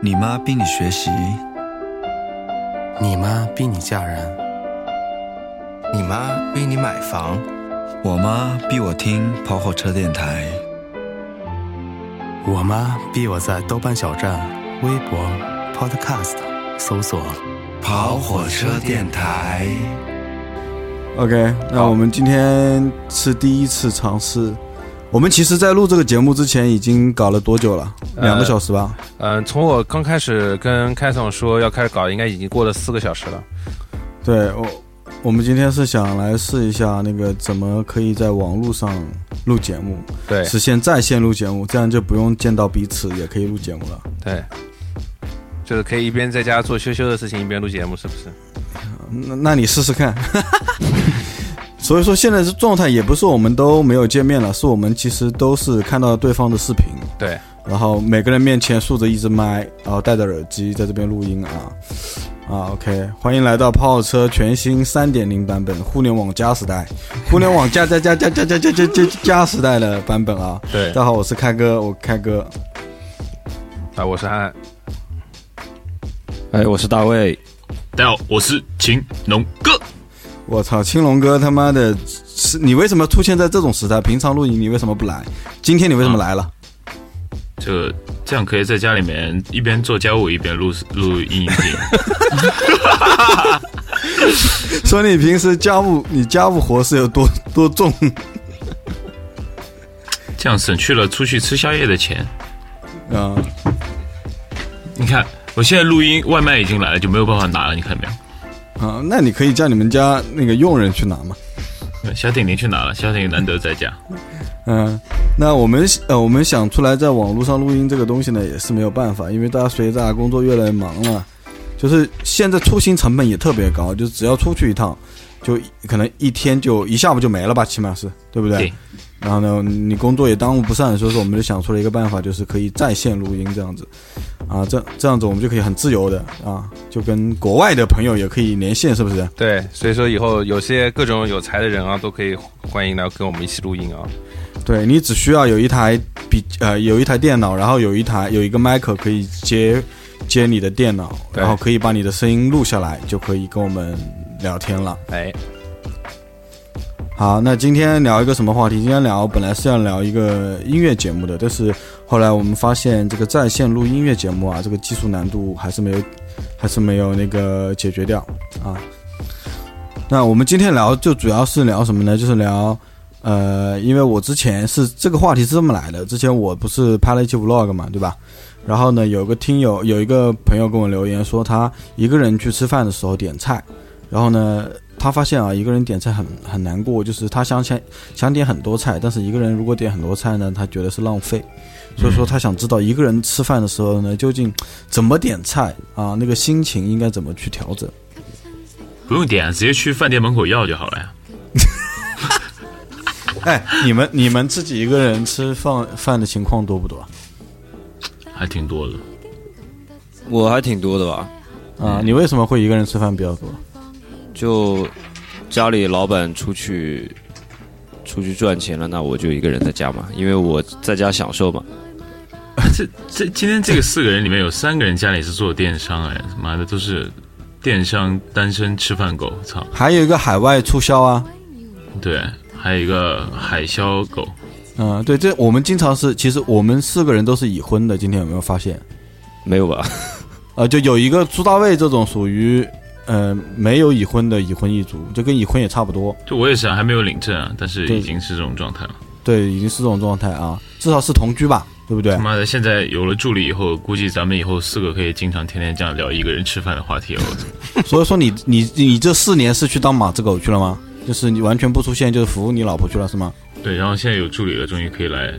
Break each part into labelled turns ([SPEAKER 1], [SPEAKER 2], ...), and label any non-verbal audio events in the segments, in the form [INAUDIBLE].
[SPEAKER 1] 你妈逼你学习，
[SPEAKER 2] 你妈逼你嫁人，
[SPEAKER 3] 你妈逼你买房，
[SPEAKER 1] 我妈逼我听跑火车电台，
[SPEAKER 2] 我妈逼我在豆瓣小站、微博、Podcast 搜索
[SPEAKER 1] 跑火车电台。
[SPEAKER 4] OK，那我们今天是第一次尝试。我们其实，在录这个节目之前，已经搞了多久了？
[SPEAKER 5] 呃
[SPEAKER 4] 两个小时吧。
[SPEAKER 5] 嗯、从我刚开始跟开总说要开始搞，应该已经过了四个小时了。
[SPEAKER 4] 对我，我们今天是想来试一下那个怎么可以在网络上录节目，
[SPEAKER 5] 对
[SPEAKER 4] 实现在线录节目，这样就不用见到彼此，也可以录节目了。
[SPEAKER 5] 对，就是可以一边在家做羞羞的事情，一边录节目，是不是？
[SPEAKER 4] 那那你试试看。 [LAUGHS] 所以说，现在这状态也不是我们都没有见面了，是我们其实都是看到对方的视频，
[SPEAKER 5] 对，
[SPEAKER 4] 然后每个人面前竖着一只麦，然后戴着耳机在这边录音啊啊，OK，欢迎来到泡泡车全新三点零版本互联网加时代，互联网加加加加加加加加加加时代的版本啊。
[SPEAKER 5] 对
[SPEAKER 4] 大家好，我是开哥，我开哥，
[SPEAKER 5] 啊，我是憨憨。
[SPEAKER 6] 哎，我是大卫，
[SPEAKER 7] 大家好，我是秦龙哥。
[SPEAKER 4] 我操，青龙哥他妈的，是你为什么出现在这种时代？平常录音你为什么不来？今天你为什么来了？
[SPEAKER 7] 这个这样可以在家里面一边做家务一边录录音
[SPEAKER 5] [LAUGHS]
[SPEAKER 7] 音频。
[SPEAKER 4] 说你平时家务你家务活是有多多重？
[SPEAKER 7] 这样省去了出去吃宵夜的钱。
[SPEAKER 4] 啊、
[SPEAKER 7] 你看，我现在录音，外卖已经来了，就没有办法拿了。你看到没
[SPEAKER 4] 啊，那你可以叫你们家那个佣人去拿嘛。
[SPEAKER 7] 有？小顶顶去拿了，小顶难得在家。
[SPEAKER 4] 嗯，那我们呃，我们想出来在网络上录音这个东西呢，也是没有办法，因为大家随着大家工作越来越忙了，就是现在出行成本也特别高，就是只要出去一趟，就可能一天就一下午就没了吧，起码是对不对？
[SPEAKER 7] 对
[SPEAKER 4] 然后呢，你工作也耽误不上，所以说我们就想出了一个办法，就是可以在线录音这样子，啊，这这样子我们就可以很自由的啊，就跟国外的朋友也可以连线，是不是？
[SPEAKER 5] 对，所以说以后有些各种有才的人啊，都可以欢迎来跟我们一起录音啊。
[SPEAKER 4] 对你只需要有一台笔呃有一台电脑，然后有一台有一个麦克可以接接你的电脑，
[SPEAKER 5] 对
[SPEAKER 4] 然后可以把你的声音录下来，就可以跟我们聊天了。
[SPEAKER 5] 哎，
[SPEAKER 4] 好，那今天聊一个什么话题？今天聊本来是要聊一个音乐节目的，但是后来我们发现这个在线录音乐节目啊，这个技术难度还是没有，还是没有那个解决掉啊。那我们今天聊就主要是聊什么呢？就是聊，呃，因为我之前是这个话题是这么来的，之前我不是拍了一期 vlog 嘛，对吧？然后呢，有个听友有一个朋友跟我留言说，他一个人去吃饭的时候点菜，然后呢，他发现啊，一个人点菜很很难过，就是他想想想点很多菜，但是一个人如果点很多菜呢，他觉得是浪费，所以说他想知道一个人吃饭的时候呢，究竟怎么点菜啊，那个心情应该怎么去调整。
[SPEAKER 7] 不用点，直接去饭店门口要就好了呀。
[SPEAKER 4] 哎，你们你们自己一个人吃饭饭的情况多不多啊
[SPEAKER 7] 还挺多的，
[SPEAKER 6] 我还挺多的吧，
[SPEAKER 4] 啊？你为什么会一个人吃饭比较多？
[SPEAKER 6] 就家里老板出去出去赚钱了，那我就一个人在家嘛，因为我在家享受嘛。
[SPEAKER 7] 这这今天这个四个人里面有三个人家里是做电商哎，妈的都是电商单身吃饭狗，操！
[SPEAKER 4] 还有一个海外促销啊，
[SPEAKER 7] 对，还有一个海销狗，
[SPEAKER 4] 嗯，对，这我们经常是，其实我们四个人都是已婚的，今天有没有发现？
[SPEAKER 6] 没有吧？ [LAUGHS]
[SPEAKER 4] 呃，就有一个朱大卫这种属于，呃，没有已婚的已婚一族，就跟已婚也差不多，
[SPEAKER 7] 就我也是啊还没有领证啊，但是
[SPEAKER 4] 对
[SPEAKER 7] 已经是这种状态了。
[SPEAKER 4] 对，已经是这种状态啊，至少是同居吧，对不对
[SPEAKER 7] 他？妈的，现在有了助理以后，估计咱们以后四个可以经常天天这样聊一个人吃饭的话题哦了。我
[SPEAKER 4] [LAUGHS]
[SPEAKER 7] 操
[SPEAKER 4] 所以说你你你这四年是去当马子狗去了吗？就是你完全不出现，就是服务你老婆去了是吗？
[SPEAKER 7] 对，然后现在有助理了，终于可以来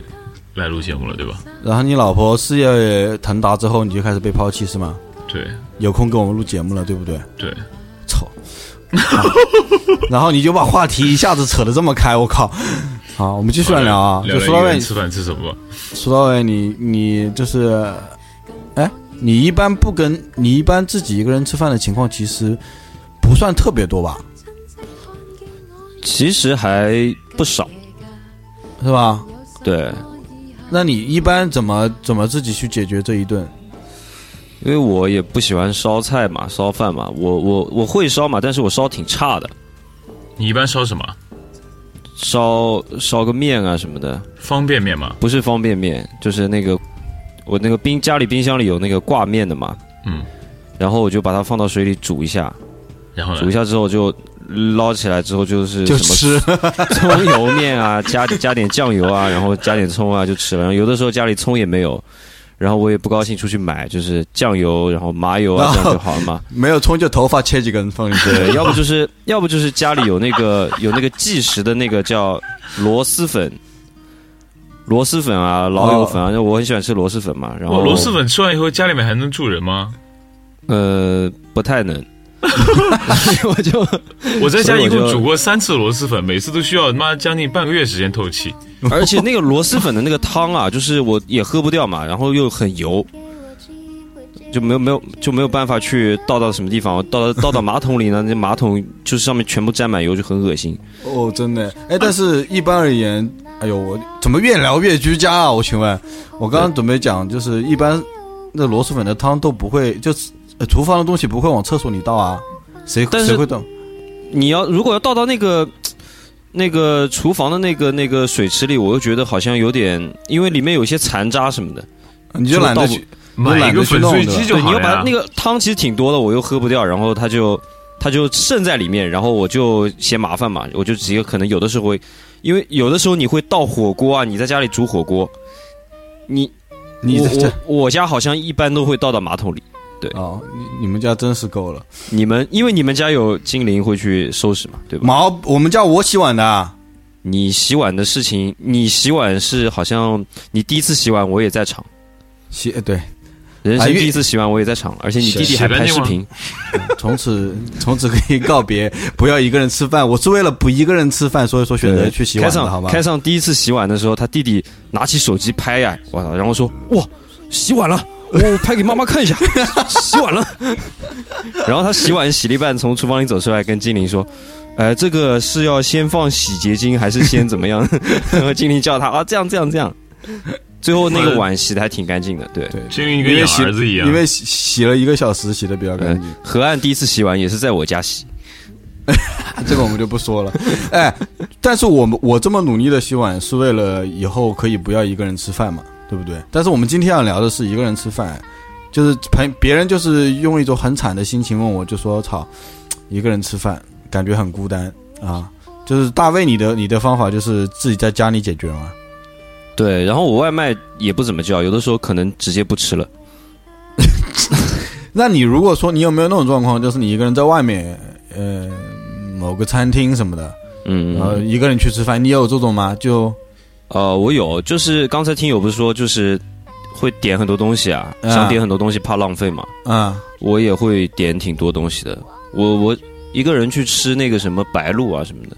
[SPEAKER 7] 来录节目了，对吧？
[SPEAKER 4] 然后你老婆事业腾达之后，你就开始被抛弃是吗？
[SPEAKER 7] 对
[SPEAKER 4] 有空给我们录节目了，对不对？
[SPEAKER 7] 对， [LAUGHS]
[SPEAKER 4] 操、啊然后你就把话题一下子扯得这么开，我靠！好，我们继续来聊啊，
[SPEAKER 7] 聊
[SPEAKER 4] 就
[SPEAKER 7] 聊
[SPEAKER 4] 说
[SPEAKER 7] 一
[SPEAKER 4] 到
[SPEAKER 7] 个
[SPEAKER 4] 位
[SPEAKER 7] 人，吃饭吃什么吧？
[SPEAKER 4] 苏大伟，你你就是，哎，你一般不跟你一般自己一个人吃饭的情况，其实不算特别多吧，
[SPEAKER 6] 其实还不少，
[SPEAKER 4] 是吧？
[SPEAKER 6] 对，
[SPEAKER 4] 那你一般怎么怎么自己去解决这一顿？
[SPEAKER 6] 因为我也不喜欢烧菜嘛，烧饭嘛，我我我会烧嘛，但是我烧挺差的，
[SPEAKER 7] 你一般烧什么？
[SPEAKER 6] 烧烧个面啊什么的，
[SPEAKER 7] 方便面吗？
[SPEAKER 6] 不是方便面，就是那个我那个冰家里冰箱里有那个挂面的嘛，
[SPEAKER 7] 嗯，
[SPEAKER 6] 然后我就把它放到水里煮一下，
[SPEAKER 7] 然后
[SPEAKER 6] 煮一
[SPEAKER 7] 呢？
[SPEAKER 6] 下之后就捞起来之后就是
[SPEAKER 4] 就
[SPEAKER 6] 什么
[SPEAKER 4] 吃
[SPEAKER 6] 葱油面啊，加加点酱油啊，然后加点葱啊就吃了。然后有的时候家里葱也没有，然后我也不高兴出去买，就是酱油，然后麻油啊，这样就好了
[SPEAKER 7] [LAUGHS]
[SPEAKER 6] 嘛。
[SPEAKER 4] [LAUGHS] 没有葱就头发切几根放进去。
[SPEAKER 6] 对， [LAUGHS] 要不就是要不就是家里有那个有那个即食的那个叫螺蛳粉，螺蛳粉啊，老友粉啊，那我很喜欢吃螺蛳粉嘛。然后
[SPEAKER 7] 哇，哦螺蛳粉吃完以后，家里面还能住人吗？
[SPEAKER 6] 呃不太能，我就
[SPEAKER 7] 我在家一共
[SPEAKER 6] 所以我就
[SPEAKER 7] 煮过三次螺蛳粉，每次都需要妈将近半个月时间透气。
[SPEAKER 6] 而且那个螺蛳粉的那个汤啊，就是我也喝不掉嘛，然后又很油，就没有没有就没有办法去倒到什么地方，倒到倒到马桶里呢， [LAUGHS] 那马桶就是上面全部沾满油，就很恶心。
[SPEAKER 4] 哦，真的，哎，但是一般而言，哎呦，我怎么越聊越居家啊？我请问，我刚刚准备讲，就是一般那螺蛳粉的汤都不会，就是、呃厨房的东西不会往厕所里倒啊，谁
[SPEAKER 6] 但是
[SPEAKER 4] 谁会倒？
[SPEAKER 6] 你要如果要倒到那个那个厨房的那个那个水池里，我又觉得好像有点，因为里面有一些残渣什么的。
[SPEAKER 4] 你就懒得去，你就
[SPEAKER 7] 买一
[SPEAKER 4] 懒
[SPEAKER 7] 个
[SPEAKER 4] 得去
[SPEAKER 7] 粉
[SPEAKER 4] 弄
[SPEAKER 7] 碎
[SPEAKER 4] 对吧
[SPEAKER 7] 机就
[SPEAKER 6] 对，你
[SPEAKER 7] 好
[SPEAKER 6] 要
[SPEAKER 7] 了
[SPEAKER 6] 把
[SPEAKER 7] 呀
[SPEAKER 6] 那。个汤其实挺多的，我又喝不掉，然后它就它就剩在里面，然后我就嫌麻烦嘛，我就直接可能有的时候会，因为有的时候你会倒火锅啊，你在家里煮火锅，你
[SPEAKER 4] 你 [LAUGHS]
[SPEAKER 6] 我
[SPEAKER 4] 在这
[SPEAKER 6] 我我家好像一般都会倒到马桶里，
[SPEAKER 4] 哦，你你们家真是够了。
[SPEAKER 6] 你们因为你们家有精灵会去收拾嘛，对吧？
[SPEAKER 4] 毛，我们家我洗碗的，啊
[SPEAKER 6] 你洗碗的事情，你洗碗是好像你第一次洗碗我也在场，
[SPEAKER 4] 洗呃对，
[SPEAKER 6] 人生
[SPEAKER 4] 啊因为
[SPEAKER 6] 第一次洗碗我也在场，而且你
[SPEAKER 4] 是
[SPEAKER 6] 弟弟还
[SPEAKER 7] 洗干
[SPEAKER 6] 拍
[SPEAKER 7] 净
[SPEAKER 6] 视
[SPEAKER 7] 吗
[SPEAKER 6] 频，
[SPEAKER 4] 从此 [LAUGHS] 从此可以告别，不要一个人吃饭。我是为了不一个人吃饭，所以说选择
[SPEAKER 6] 对
[SPEAKER 4] 去洗
[SPEAKER 6] 开
[SPEAKER 4] 碗
[SPEAKER 6] 上
[SPEAKER 4] 的，好吧？
[SPEAKER 6] 开上第一次洗碗的时候，他弟弟拿起手机拍呀，我操！然后说：“哇，洗碗 [LAUGHS] 了，我拍给妈妈看一下，洗碗 [LAUGHS] 了。”然后他洗碗洗了一半，从厨房里走出来，跟精灵说：“呃，这个是要先放洗洁精，还是先怎么样？” [LAUGHS] 然后精灵叫他啊，这样这样这样。最后那个碗洗的还挺干净的，对。
[SPEAKER 4] 对，
[SPEAKER 7] 幸运
[SPEAKER 4] 因
[SPEAKER 7] 跟
[SPEAKER 4] 为
[SPEAKER 7] 养
[SPEAKER 4] 洗
[SPEAKER 7] 儿子一样
[SPEAKER 4] 因，为洗洗了一个小时，洗的比较干
[SPEAKER 6] 嗯
[SPEAKER 4] 净。，
[SPEAKER 6] 河岸第一次洗碗也是在我家洗，
[SPEAKER 4] [LAUGHS] 这个我们就不说了。哎，但是我们我这么努力的洗碗是为了以后可以不要一个人吃饭嘛，对不对？但是我们今天要聊的是一个人吃饭，就是朋别人就是用一种很惨的心情问我，就说操，一个人吃饭感觉很孤单啊。就是大卫，你的你的方法就是自己在家里解决嘛？
[SPEAKER 6] 对。然后我外卖也不怎么叫，有的时候可能直接不吃了。
[SPEAKER 4] 那你如果说你有没有那种状况，就是你一个人在外面，呃，某个餐厅什么的，
[SPEAKER 6] 嗯，
[SPEAKER 4] 然后一个人去吃饭，你有这种吗？就
[SPEAKER 6] 呃，我有，就是刚才听友不是说，就是会点很多东西啊，
[SPEAKER 4] 啊
[SPEAKER 6] 想点很多东西怕浪费嘛，
[SPEAKER 4] 啊，
[SPEAKER 6] 我也会点挺多东西的。我我一个人去吃那个什么白鹭啊什么的，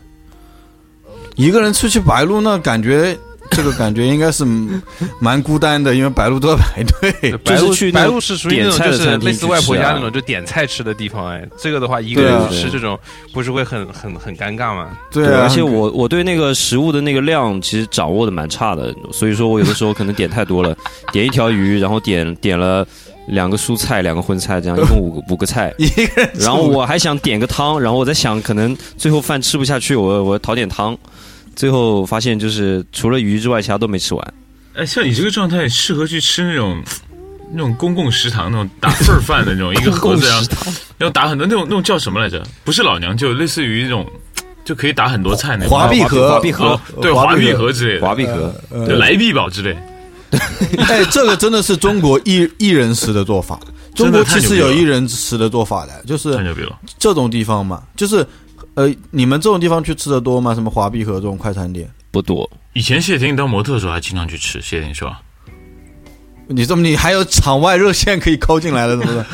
[SPEAKER 4] 一个人出去白鹭呢，感觉这个感觉应该是 [LAUGHS] 蛮孤单的，因为白鹭都要排队。
[SPEAKER 5] 白
[SPEAKER 6] 就
[SPEAKER 5] 鹿
[SPEAKER 6] 是去那
[SPEAKER 5] 白
[SPEAKER 6] 种
[SPEAKER 5] 鹿是属于那种
[SPEAKER 6] 点菜
[SPEAKER 5] 就
[SPEAKER 6] 的餐
[SPEAKER 5] 是
[SPEAKER 6] 厅
[SPEAKER 5] 类似外婆
[SPEAKER 6] 去吃
[SPEAKER 5] 家
[SPEAKER 6] 啊
[SPEAKER 5] 那种就点菜吃的地方哎，这个的话一个人
[SPEAKER 4] 对啊
[SPEAKER 5] 去吃这种不是会很很很尴尬吗？
[SPEAKER 4] 对啊，
[SPEAKER 6] 而且我我对那个食物的那个量其实掌握的蛮差的，所以说我有的时候可能点太多了， [LAUGHS] 点一条鱼，然后点点了两个蔬菜，两个荤菜，这样一共五个五个菜
[SPEAKER 4] [LAUGHS] ，一个人，
[SPEAKER 6] 然后我还想点个汤，然后我在想，可能最后饭吃不下去，我我讨点汤。最后发现就是除了鱼之外，其他都没吃完。
[SPEAKER 7] 哎，像你这个状态，适合去吃那种那种公共食堂那种打份儿饭的那种一个盒子，然后要打很多那种那种叫什么来着？不是老娘舅，类似于那种就可以打很多菜那种
[SPEAKER 4] 滑
[SPEAKER 6] 壁
[SPEAKER 4] 币盒，
[SPEAKER 6] 滑壁盒
[SPEAKER 7] 哦对
[SPEAKER 4] 滑
[SPEAKER 7] 嗯滑
[SPEAKER 4] 币
[SPEAKER 7] 币
[SPEAKER 4] 盒
[SPEAKER 7] 盒之类的，
[SPEAKER 6] 华碧盒，
[SPEAKER 7] 对来必宝之类。
[SPEAKER 4] [LAUGHS] 哎，这个真的是中国一 [LAUGHS] 一人食的做法。中
[SPEAKER 7] 真
[SPEAKER 4] 国
[SPEAKER 7] 的
[SPEAKER 4] 其
[SPEAKER 7] 太牛逼
[SPEAKER 4] 实
[SPEAKER 7] 了
[SPEAKER 4] 有一人食的做法的，就是
[SPEAKER 7] 太牛逼了！
[SPEAKER 4] 这种地方嘛，就是呃，你们这种地方去吃的多吗？什么华碧河这种快餐店？
[SPEAKER 6] 不多，
[SPEAKER 7] 以前谢霆当模特的时候还经常去吃，谢霆是吧？
[SPEAKER 4] 你这么你还有场外热线可以抠进来了，是不是？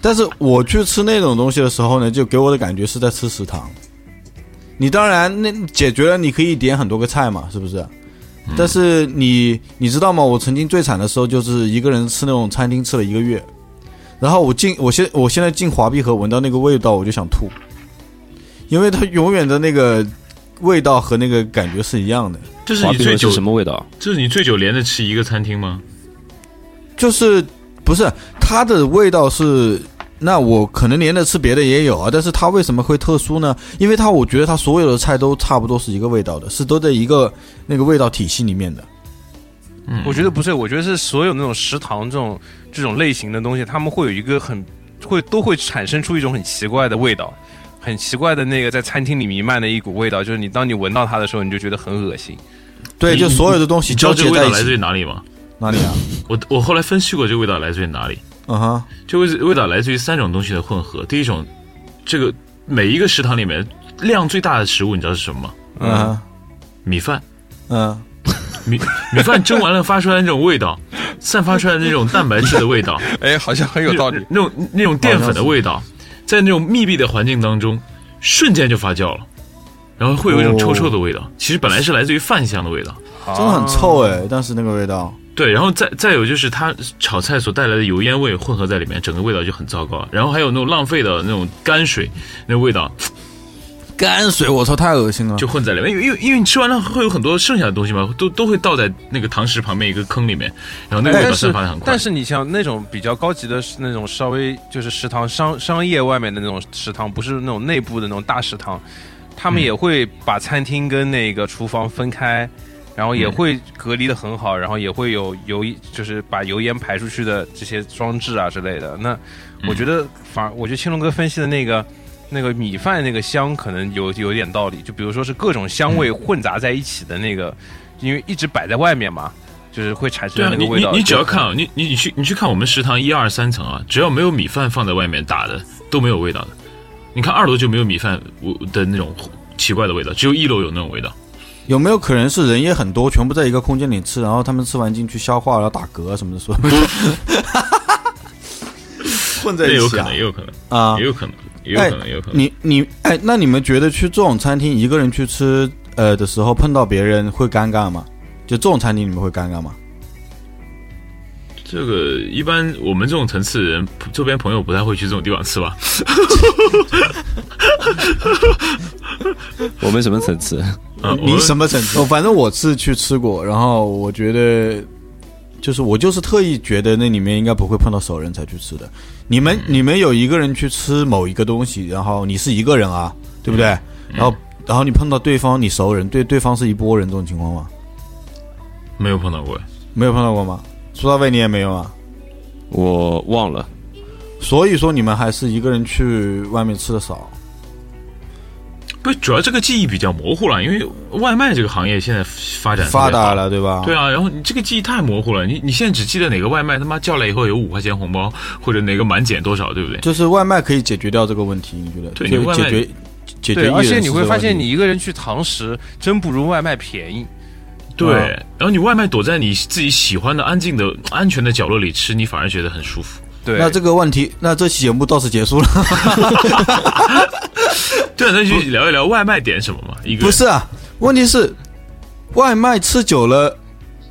[SPEAKER 4] 但是我去吃那种东西的时候呢，就给我的感觉是在吃食堂。你当然那解决了，你可以点很多个菜嘛，是不是？但是你你知道吗？我曾经最惨的时候就是一个人吃那种餐厅吃了一个月，然后我进我现我现在进华碧河闻到那个味道我就想吐，因为它永远的那个味道和那个感觉是一样的。
[SPEAKER 7] 这是
[SPEAKER 6] 华
[SPEAKER 7] 你
[SPEAKER 6] 碧
[SPEAKER 7] 最
[SPEAKER 6] 盒
[SPEAKER 7] 久
[SPEAKER 6] 是，什么味道？
[SPEAKER 7] 这是你最久连着吃一个餐厅吗？
[SPEAKER 4] 就是不是它的味道是，那我可能连着吃别的也有啊，但是它为什么会特殊呢？因为它我觉得它所有的菜都差不多是一个味道的，是都在一个那个味道体系里面的。
[SPEAKER 5] 我觉得不是，我觉得是所有那种食堂这种这种类型的东西，他们会有一个很会都会产生出一种很奇怪的味道，很奇怪的那个在餐厅里弥漫的一股味道，就是你当你闻到它的时候，你就觉得很恶心。
[SPEAKER 4] 对，就所有的东西
[SPEAKER 7] 你知道
[SPEAKER 4] 交结
[SPEAKER 7] 这个味
[SPEAKER 4] 在
[SPEAKER 7] 道
[SPEAKER 4] 一
[SPEAKER 7] 来自
[SPEAKER 4] 起。
[SPEAKER 7] 于哪里吗？
[SPEAKER 4] 哪里啊？
[SPEAKER 7] 我我后来分析过这个味道来自于哪里，
[SPEAKER 4] 嗯哼，
[SPEAKER 7] 这味味道来自于三种东西的混合。第一种，这个每一个食堂里面量最大的食物，你知道是什么吗？
[SPEAKER 4] 嗯哼，
[SPEAKER 7] 米饭。
[SPEAKER 4] 嗯，
[SPEAKER 7] 米米饭蒸完了发出来那种味道，散发出来那种蛋白质的味道，
[SPEAKER 5] 哎，好像很有道理。
[SPEAKER 7] 那种那种淀粉的味道，在那种密闭的环境当中，瞬间就发酵了，然后会有一种臭臭的味
[SPEAKER 5] 哦
[SPEAKER 7] 道。其实本来是来自于饭香的味道，
[SPEAKER 4] 真的很臭哎、但是那个味道，
[SPEAKER 7] 对。然后再再有就是它炒菜所带来的油烟味混合在里面，整个味道就很糟糕了。然后还有那种浪费的那种泔水，那味道
[SPEAKER 4] 泔水，我操，太恶心了。
[SPEAKER 7] 就混在里面，因为因为因为你吃完了会有很多剩下的东西嘛，都都会倒在那个堂食旁边一个坑里面，然后那个味
[SPEAKER 5] 哎但
[SPEAKER 7] 道
[SPEAKER 5] 是
[SPEAKER 7] 散发的很快
[SPEAKER 5] 但。是你像那种比较高级的那种稍微就是食堂商商业外面的那种食堂，不是那种内部的那种大食堂，他
[SPEAKER 7] 嗯
[SPEAKER 5] 们也会把餐厅跟那个厨房分开，然后
[SPEAKER 7] 嗯
[SPEAKER 5] 也会隔离的很好，然后也会有油就是把油烟排出去的这些装置啊之类的。那
[SPEAKER 7] 嗯
[SPEAKER 5] 我觉得反而我觉得青龙哥分析的那个。那个米饭那个香可能有有点道理，就比如说是各种香味混杂在一起的那个，因为一直摆在外面嘛，就是会产生
[SPEAKER 7] 对啊，
[SPEAKER 5] 那
[SPEAKER 7] 你
[SPEAKER 5] 个味
[SPEAKER 7] 你
[SPEAKER 5] 道。
[SPEAKER 7] 你只要
[SPEAKER 5] 就很
[SPEAKER 7] 看啊，你你你去你去看我们食堂一二三层啊，只要没有米饭放在外面打的都没有味道的。你看二楼就没有米饭我的那种奇怪的味道，只有一楼有那种味道。
[SPEAKER 4] 有没有可能是人也很多，全部在一个空间里吃，然后他们吃完进去消化，然后打嗝啊什么的，说 [LAUGHS] 混在
[SPEAKER 7] 那
[SPEAKER 4] 一起、啊，
[SPEAKER 7] 有可能，也有可能，
[SPEAKER 4] 啊
[SPEAKER 7] 也。有可能，也有可能，也有可能。
[SPEAKER 4] 你你哎，那你们觉得去这种餐厅一个人去吃呃的时候碰到别人会尴尬吗？就这种餐厅你们会尴尬吗？
[SPEAKER 7] 这个一般我们这种层次的人，周边朋友不太会去这种地方吃吧？
[SPEAKER 6] 我们什么层次？ [LAUGHS]
[SPEAKER 7] 嗯，我
[SPEAKER 4] 你
[SPEAKER 7] 们
[SPEAKER 4] 什么层次？哦，反正我是去吃过，然后我觉得，就是我就是特意觉得那里面应该不会碰到熟人才去吃的。你们、你们有一个人去吃某一个东西，然后你是一个人啊，对不对？然后然后你碰到对方你熟人，对对方是一拨人这种情况吗？
[SPEAKER 7] 没有碰到过？
[SPEAKER 4] 没有碰到过吗？苏大卫你也没有啊？
[SPEAKER 6] 我忘了。
[SPEAKER 4] 所以说你们还是一个人去外面吃的少。
[SPEAKER 7] 不，主要这个记忆比较模糊了，因为外卖这个行业现在发展
[SPEAKER 4] 发达
[SPEAKER 7] 了。
[SPEAKER 4] 了，对吧？
[SPEAKER 7] 对啊，然后你这个记忆太模糊了，你你现在只记得哪个外卖他妈叫了以后有五块钱红包，或者哪个满减多少，对不对？
[SPEAKER 4] 就是外卖可以解决掉这个问题，你觉得？
[SPEAKER 7] 对
[SPEAKER 4] 就
[SPEAKER 7] 你外
[SPEAKER 4] 解
[SPEAKER 7] 卖
[SPEAKER 4] 决解决一
[SPEAKER 5] 对，
[SPEAKER 4] 人
[SPEAKER 5] 而且
[SPEAKER 4] 吃
[SPEAKER 5] 你
[SPEAKER 4] 这
[SPEAKER 5] 会
[SPEAKER 4] 个
[SPEAKER 5] 发
[SPEAKER 4] 问
[SPEAKER 5] 现，
[SPEAKER 4] 题
[SPEAKER 5] 你一个人去堂食真不如外卖便宜。
[SPEAKER 7] 对
[SPEAKER 4] 啊，
[SPEAKER 7] 然后你外卖躲在你自己喜欢的、安静的、安全的角落里吃，你反而觉得很舒服。
[SPEAKER 5] 对，
[SPEAKER 4] 那这个问题，那这期节目到此结束了。
[SPEAKER 7] 对，啊那就聊一聊外卖点什么嘛？一个
[SPEAKER 4] 不是啊，问题是外卖吃久了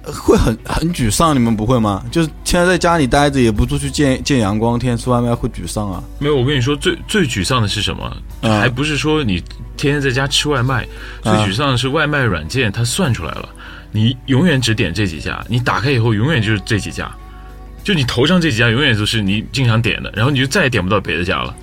[SPEAKER 4] 呃会很很沮丧，你们不会吗？就是现在在家里待着，也不出去见见阳光，天天吃外卖会沮丧啊。
[SPEAKER 7] 没有，我跟你说，最最沮丧的是什么？
[SPEAKER 4] 啊
[SPEAKER 7] 还不是说你天天在家吃外卖，最
[SPEAKER 4] 啊
[SPEAKER 7] 沮丧的是外卖软件它算出来了，你永远只点这几家，你打开以后永远就是这几家，就你头上这几家永远都是你经常点的，然后你就再也点不到别的家了。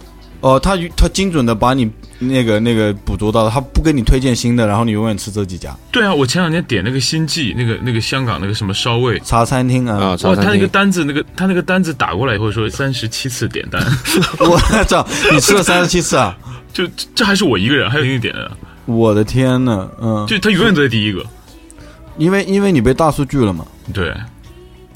[SPEAKER 4] 哦，他他精准的把你那个那个捕捉到了，他不给你推荐新的，然后你永远吃这几家
[SPEAKER 7] 对啊，我前两天点那个新记，那个那个香港那个什么烧味，
[SPEAKER 4] 茶餐厅啊
[SPEAKER 6] 啊，。
[SPEAKER 7] 哇，
[SPEAKER 6] 茶
[SPEAKER 7] 他
[SPEAKER 6] 餐
[SPEAKER 7] 那个
[SPEAKER 6] 厅
[SPEAKER 7] 单子，那个他那个单子打过来以后说三十七次点单， [LAUGHS]
[SPEAKER 4] [LAUGHS] 我操，你吃了三十七次啊！
[SPEAKER 7] 就这这还是我一个人，还有另一点的，
[SPEAKER 4] 我的天呐，嗯，
[SPEAKER 7] 就他永远都在第一个。
[SPEAKER 4] 因为因为你被大数据了嘛。
[SPEAKER 7] 对，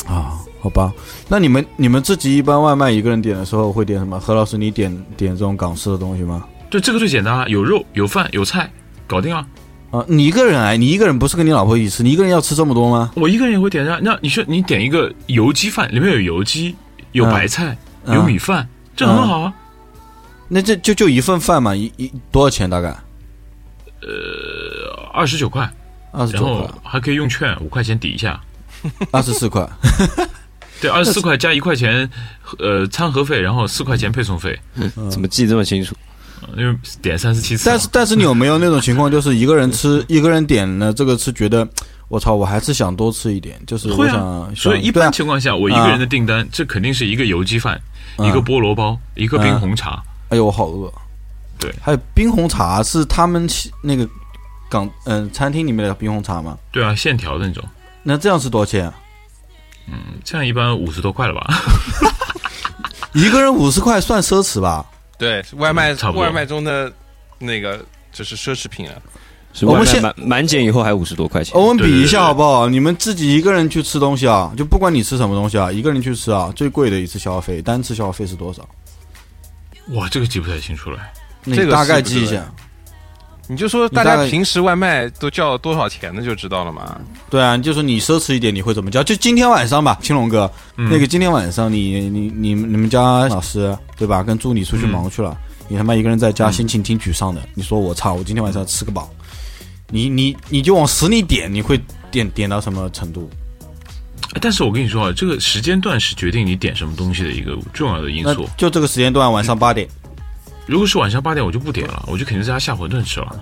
[SPEAKER 4] 啊，好吧，那你们你们自己一般外卖一个人点的时候会点什么？何老师，你点点这种港式的东西吗？
[SPEAKER 7] 对，这个最简单啊了，有肉有饭有菜，搞定了。
[SPEAKER 4] 啊，你一个人哎，你一个人不是跟你老婆一起吃，你一个人要吃这么多吗？
[SPEAKER 7] 我一个人也会点呀。那你说你点一个油鸡饭，里面有油鸡，有
[SPEAKER 4] 嗯
[SPEAKER 7] 白菜，
[SPEAKER 4] 嗯
[SPEAKER 7] 有米饭，这很好啊。
[SPEAKER 4] 那这就就一份饭嘛，一一多少钱大概？
[SPEAKER 7] 二十九块，
[SPEAKER 4] 二十
[SPEAKER 7] 然
[SPEAKER 4] 九
[SPEAKER 7] 后
[SPEAKER 4] 块，
[SPEAKER 7] 还可以用券五块钱抵一下。
[SPEAKER 4] 二十四块， [LAUGHS]
[SPEAKER 7] 对，二十四块加一块钱，呃，餐盒费，然后四块钱配送费，呃
[SPEAKER 6] 怎么记这么清楚？
[SPEAKER 7] 因为点三十七次
[SPEAKER 4] [LAUGHS]
[SPEAKER 7] 嘛。啊
[SPEAKER 4] 但是但是你有没有那种情况，就是一个人吃，一个人点了这个是觉得我操，我还是想多吃一点，就是我
[SPEAKER 7] 会
[SPEAKER 4] 想，
[SPEAKER 7] 啊，
[SPEAKER 4] 想
[SPEAKER 7] 所以一
[SPEAKER 4] 对啊啊
[SPEAKER 7] 般情况下，我一个人的订单，这肯定是一个油鸡饭，一
[SPEAKER 4] 嗯
[SPEAKER 7] 个菠萝包，一个冰红茶。
[SPEAKER 4] 哎呦，我好饿。
[SPEAKER 7] 对
[SPEAKER 4] 还有冰红茶是他们西那个港嗯、餐厅里面的冰红茶吗？
[SPEAKER 7] 对啊，线条的那种，嗯
[SPEAKER 4] 那这样是多少钱啊？
[SPEAKER 7] 这样一般五十多块了吧？ [LAUGHS]
[SPEAKER 4] 一个人五十块算奢侈
[SPEAKER 5] [LAUGHS]
[SPEAKER 4] 吧？
[SPEAKER 5] 对，外卖
[SPEAKER 7] 差不多
[SPEAKER 5] 外卖中的那个就是奢侈品啊。
[SPEAKER 6] 是
[SPEAKER 4] 我
[SPEAKER 6] 外
[SPEAKER 4] 们
[SPEAKER 6] 卖
[SPEAKER 4] 现
[SPEAKER 6] 满满减以后还五十多块钱。
[SPEAKER 4] 我们
[SPEAKER 7] 对对
[SPEAKER 4] 比一下
[SPEAKER 7] 对
[SPEAKER 4] 好不好？你们自己一个人去吃东西啊，就不管你吃什么东西啊，一个人去吃啊，最贵的一次消费，单次消费是多少？
[SPEAKER 7] 哇，这个记不太清楚了。
[SPEAKER 4] 那
[SPEAKER 5] 这
[SPEAKER 4] 你
[SPEAKER 5] 个
[SPEAKER 4] 大
[SPEAKER 5] 是
[SPEAKER 4] 概
[SPEAKER 5] 不
[SPEAKER 4] 记一
[SPEAKER 5] 对
[SPEAKER 4] 下。
[SPEAKER 5] 你就说
[SPEAKER 4] 你
[SPEAKER 5] 大
[SPEAKER 4] 大
[SPEAKER 5] 家
[SPEAKER 4] 概
[SPEAKER 5] 平时外卖都叫多少钱的就知道了嘛。
[SPEAKER 4] 对啊，就说你奢侈一点，你会怎么叫？就今天晚上吧，青龙哥，
[SPEAKER 7] 嗯
[SPEAKER 4] 那个今天晚上你你你你们家老师对吧，跟助理出去忙去了，
[SPEAKER 7] 嗯
[SPEAKER 4] 你他妈一个人在家，心情挺沮丧的。你说我操，我今天晚上要吃个饱，你你你就往死里点，你会点点到什么程度？
[SPEAKER 7] 哎但是我跟你说啊，这个时间段是决定你点什么东西的一个重要的因
[SPEAKER 4] 那
[SPEAKER 7] 素。
[SPEAKER 4] 就这个时间段，晚上八点
[SPEAKER 7] 如果是晚上八点，我就不点了，我就肯定在家下馄饨吃了，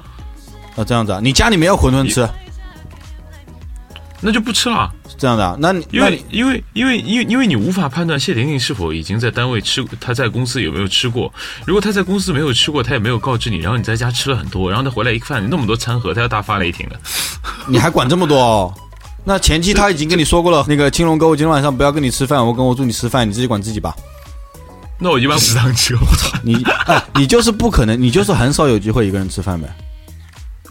[SPEAKER 4] 啊，这样子啊，你家里没有馄饨吃，
[SPEAKER 7] 那就不吃了。
[SPEAKER 4] 是这样的啊，那你
[SPEAKER 7] 因
[SPEAKER 4] 那
[SPEAKER 7] 为
[SPEAKER 4] 你
[SPEAKER 7] 因为因为因为因为你无法判断谢婷婷是否已经在单位吃，她在公司有没有吃过。如果她在公司没有吃过，她也没有告知你，然后你在家吃了很多，然后她回来一看那么多餐盒，她要大发雷霆的。
[SPEAKER 4] 你还管这么多哦？那前期他已经跟你说过了，那个青龙哥，我今天晚上不要跟你吃饭，我跟我助理吃饭，你自己管自己吧。
[SPEAKER 7] 那我一般不当吃，我操！
[SPEAKER 4] 你、哎、你就是不可能，你就是很少有机会一个人吃饭呗。
[SPEAKER 7] [LAUGHS]